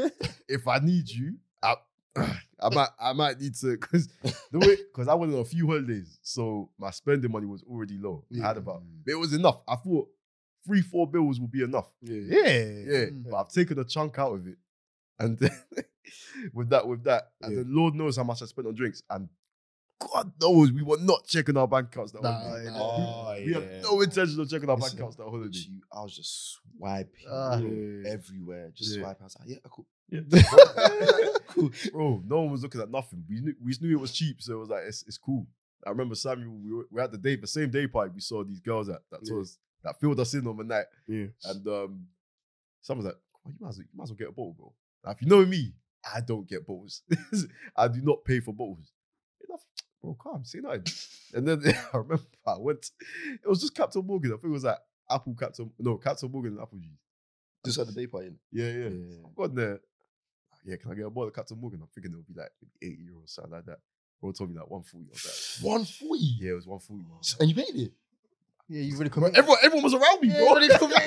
A: (laughs) if I need you, I, (sighs) I might, I might need to, because the way, because I went on a few holidays, so my spending money was already low. I had about, it was enough. I thought three, four bills would be enough.
G: Yeah.
A: Yeah, yeah.
C: Mm.
A: But I've taken a chunk out of it, and then (laughs) with that, with that, and
G: Yeah.
A: the Lord knows how much I spent on drinks, and God knows we were not checking our bank accounts that
C: Nah,
A: holiday.
C: yeah.
B: Oh,
A: we
B: yeah.
A: had no intention of checking our bank
B: Listen,
A: accounts that holiday.
B: Gee, I was just swiping
C: Ah.
B: bro,
G: Yeah.
B: everywhere, just
A: Yeah.
B: swiping. I was like, yeah, cool.
A: Cool. Eh, Bro, no one was looking at nothing. We knew, we just knew it was cheap, so it was like it's, it's cool. I remember Samuel. We were, we had the day, the same day party. We saw these girls at that
G: Yeah.
A: told us that filled us in overnight,
G: Yeah.
A: and um, someone's like, "Come on, you might as well, you might as well get a bottle, bro." Now, if you know me, I don't get bottles. (laughs) I do not pay for bottles. And I thought, bro, calm, say nothing. and then (laughs) I remember I went. It was just Captain Morgan. I think it was like Apple Captain. No, Captain Morgan and Apple Juice.
B: Just had the day party. innit?
A: Yeah, yeah.
B: Yeah.
A: I've gone there. Yeah, can I get a bottle of Captain Morgan? I'm thinking it'll be like maybe 80 euros, something like that. Bro told me like 140. I was like, 140? Yeah, it was 140.
B: And you made it.
C: Yeah, you really
B: (laughs)
C: committed.
A: Everyone, everyone was around me,
C: Yeah,
A: bro. (laughs)
C: everybody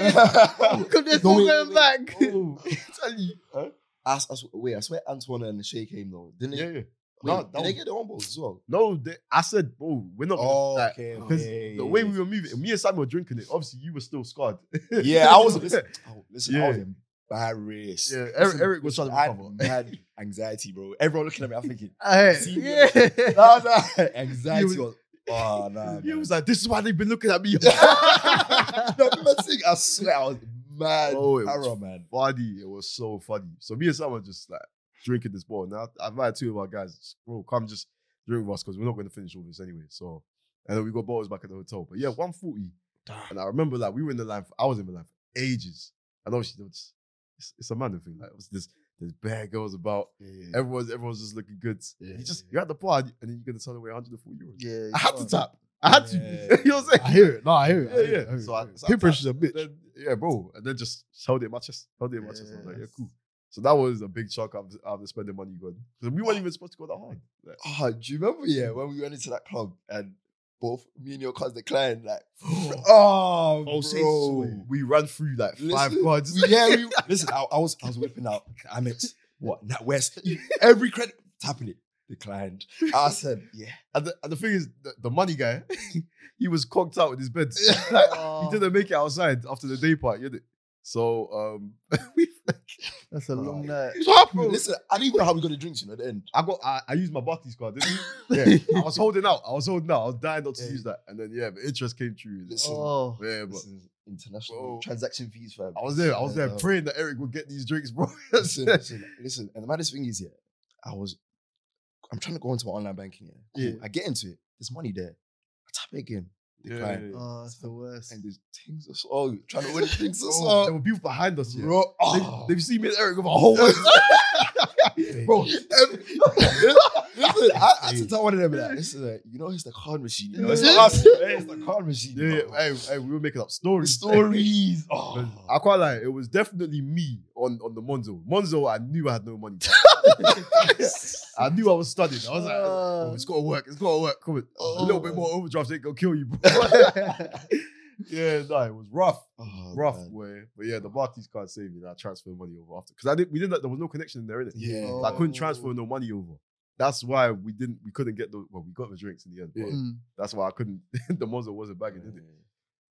C: committed. Come there's no
B: Don't wait,
C: going
B: wait,
C: back.
B: I, s- I s- wait, I swear Antoine and Shay came though. Didn't
A: yeah,
B: they?
A: yeah.
B: Wait,
A: Nah, that
B: did they
A: was-
B: get their own bottles as well? Oh,
A: No, they, I said, bro, we're not. gonna- like, (laughs)
B: okay.
A: because the way we were moving, me and Sam were drinking it. Obviously, you were still scarred.
B: Yeah, I
A: (laughs)
B: was listen. Oh, listen, I was
A: Yeah.
B: embarrassed.
A: Yeah, Eric,
B: Listen,
A: Eric was trying to
B: I had
A: recover.
B: mad anxiety, bro. Everyone looking at me, I'm thinking,
A: (laughs)
C: Aye.
B: See,
C: Yeah.
B: nah, nah. (laughs) anxiety
A: was-
B: was, oh (laughs)
A: (laughs)
B: nah.
A: He
B: man.
A: was like, "This is why they've been looking
B: (laughs)
A: at me." (laughs)
B: no, people think- I swear (laughs) I was mad.
A: Oh, it was
B: Arrow, man.
A: funny. It was so funny. So me and Sam were just like drinking this ball. Now I've had two of our guys, just, bro, come just drink with us because we're not going to finish all this anyway. So and then we got bottles back at the hotel. But yeah, 140.
G: Damn.
A: And I remember like we were in the line. For, I was in the line for ages. And obviously there was- it's, it's a man thing. Like it was this there's bare girls about.
G: Yeah.
A: Everyone's everyone's just looking good.
G: Yeah,
A: you just
G: yeah.
A: you're at the bar and then you're gonna turn away 140 euros.
C: Yeah,
A: I had
C: come
A: to
C: on.
A: tap. I had
B: Yeah.
A: to. (laughs) you know what I'm saying?
G: I hear it. No, I hear it. I
A: Yeah,
G: hear it,
A: yeah.
G: I hear it,
A: So I-
G: I hear it.
A: so I
G: Peer
A: tapped.
G: pressure's a bitch.
A: Then, yeah, bro. And then just held it in my chest. Held it in my chest. I was like, yeah,
C: Yes.
A: cool. So that was a big chunk of, of the spending money going. Because we weren't even supposed to go that hard. Like,
B: Oh, do you remember, yeah, when we went into that club and both me and your cousin declined, (gasps) like, oh,
A: bro,
B: bro.
A: we ran through like five
B: Listen,
A: cards.
B: We- yeah, we, (laughs) listen, I, I was I was whipping out Amex, what, NatWest, e, every credit, tapping it, declined. I said, yeah.
A: And the, and the thing is, the, the money guy, (laughs) he was conked out with his bed. (laughs)
C: Oh,
A: he didn't make it outside after the day part, you know? So um, we,
C: That's a long night.
A: it's hard, bro.
B: Listen, I didn't even know how we got the drinks, you know, at the end.
A: I got I, I used my Barclays card. Didn't
G: (laughs)
A: I? yeah, I was holding out. I was holding out. I was dying not to
B: Yeah.
A: use that. And then yeah, but interest came through.
B: Listen.
C: Oh,
A: Yeah, but
B: This is international
A: Bro.
B: transaction fees, fam.
A: I was there. I was there
B: Yeah, no.
A: praying that Eric would get these drinks, bro. (laughs)
B: listen, listen, listen. And the maddest thing is, yeah, I was, I'm trying to go into my online banking. Yeah, Cool. I get into it. There's money there. I tap it again. decline.
C: Oh, it's the worst.
B: And these things are so oh, trying to win things are
A: Oh, there
B: so
A: were people behind us, yeah.
B: bro.
A: They've,
B: Oh.
A: they've seen me and Eric with a whole
B: (laughs) bro. every- Listen, I, I had to tell one of them that. This is like, you know, it's the card machine. You know, it's not
A: (laughs)
B: us. It's the card machine.
A: Yeah, yeah.
B: bro.
A: Hey, hey, we were making up stories. (laughs)
B: Stories. Oh.
A: I can't lie, it was definitely me on, on the Monzo. Monzo, I knew I had no money. I knew I was studying. I was like, "Oh, it's gotta work, it's gotta work. Come on. a little
B: Oh.
A: bit more overdraft ain't gonna kill
B: (laughs)
A: you, bro. (laughs) yeah, no, it was rough.
B: Oh,
A: rough
B: man.
A: way. But yeah, the Barclays can't save me. I transfer money over after. Because I didn't we didn't there was no connection in there, innit?
B: Yeah.
A: So I couldn't transfer no money over. That's why we didn't we couldn't get the well, we got the drinks in the end. but
B: Yeah.
C: Mm.
A: That's why I couldn't (laughs) the Monzo wasn't bagging, did it?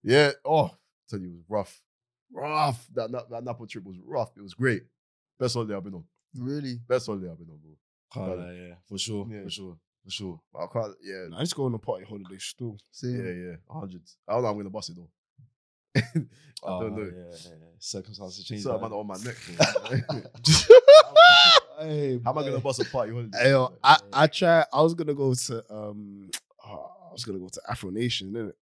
A: Yeah. Oh, tell you, it was rough. Rough. That, that, that Napa trip was rough. It was great. Best holiday I've been on.
C: (laughs) Really?
A: Best holiday I've been on, bro.
B: Can't lie, yeah, for sure,
A: Yeah.
B: for sure, for sure.
A: I can't, yeah.
D: Nah, I just go on a party holiday still.
C: Same.
A: Yeah, yeah. Hundreds. I don't know, I'm going to bust it though. I
B: Oh,
A: don't know.
B: Yeah, yeah, yeah. Circumstances change.
A: So I'm
B: man.
A: on my neck. bro. (laughs)
D: (laughs)
B: Hey,
A: How am I going to
B: man.
A: bust a party holiday?
D: Hey, yo, I, I try. I was gonna go to um. oh, I was gonna go to Afro Nation, didn't it?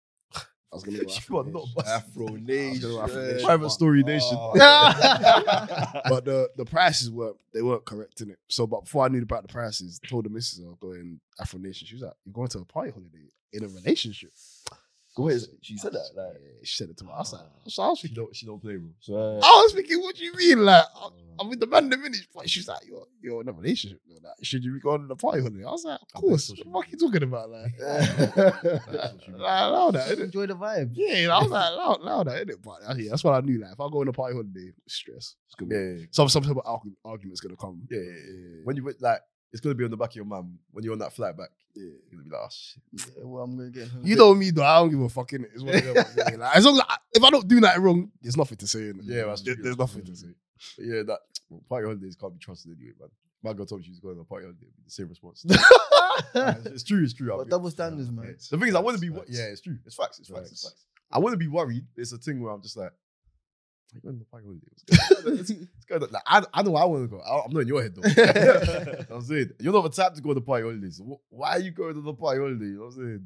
D: I was gonna go.
A: (laughs) you
D: Afro
A: are
D: Nation.
A: not
D: (laughs)
A: busting.
B: Afro
D: go Afro
B: Nation.
D: Nation.
A: Private story nation.
B: Oh,
D: (laughs) but the the prices weren't they weren't correct in it. So, but before I knew about the prices, I told the missus I was going Afro Nation. She was like, "You're going to a party holiday in a relationship."
B: Go ahead. She said that. Like,
D: Yeah, she said it to me. I was like, so I was
A: She
D: thinking,
A: don't, she don't play, bro.
B: so, uh,
D: I was thinking, what do you mean? Like, I'm, I'm with the man in the minute, but she's like, you're you're in a relationship. You're like, should you be going on a party holiday? I was like, of
A: I
D: course.
A: think so,
D: What the fuck you talking
A: (laughs)
D: about? Like,
A: That's what she
D: (laughs) like,
A: meant.
D: allow that,
C: Just
D: innit?
C: Enjoy the vibe.
D: Yeah, and I was like, loud, loud, that, innit? But uh, yeah, that's what I knew. Like, if I go on a party holiday, stress. It's gonna be
A: Yeah, yeah,
D: some some type of argu- argument's gonna come.
A: yeah, yeah, yeah. When you like, it's gonna be on the back of your mum when you're on that flight back.
D: Yeah.
A: You're gonna be like, oh shit.
C: Yeah, well, I'm gonna get home.
D: You know me though. I don't give a fuck in it. It's one of
A: (laughs)
D: them, yeah, like, as long as I, if I don't do nothing wrong, there's nothing to say. Innit?
A: Yeah, that's
D: There-
A: true.
D: Mm, there's nothing to say.
A: But yeah, that well, party holidays can't be trusted anyway, man. My girl told me she was going on a party holiday. it'd be The same response. Nah, it's, it's true. It's true. I'll
C: (laughs) But
A: be-
C: double standards, man.
A: The thing is, I wouldn't be. wo-
B: Facts.
A: Yeah, it's true. It's facts. It's facts. It's
B: Facts.
A: facts. I wouldn't be worried. It's a thing where I'm just like, "Why you going on a party holiday. It's good. It's good. Like, I, I know I want to go. I, am not in your head (laughs) though. I'm saying you're not the type to go on the party holidays. Wh- Why are you going on the party holiday? You know what I'm saying?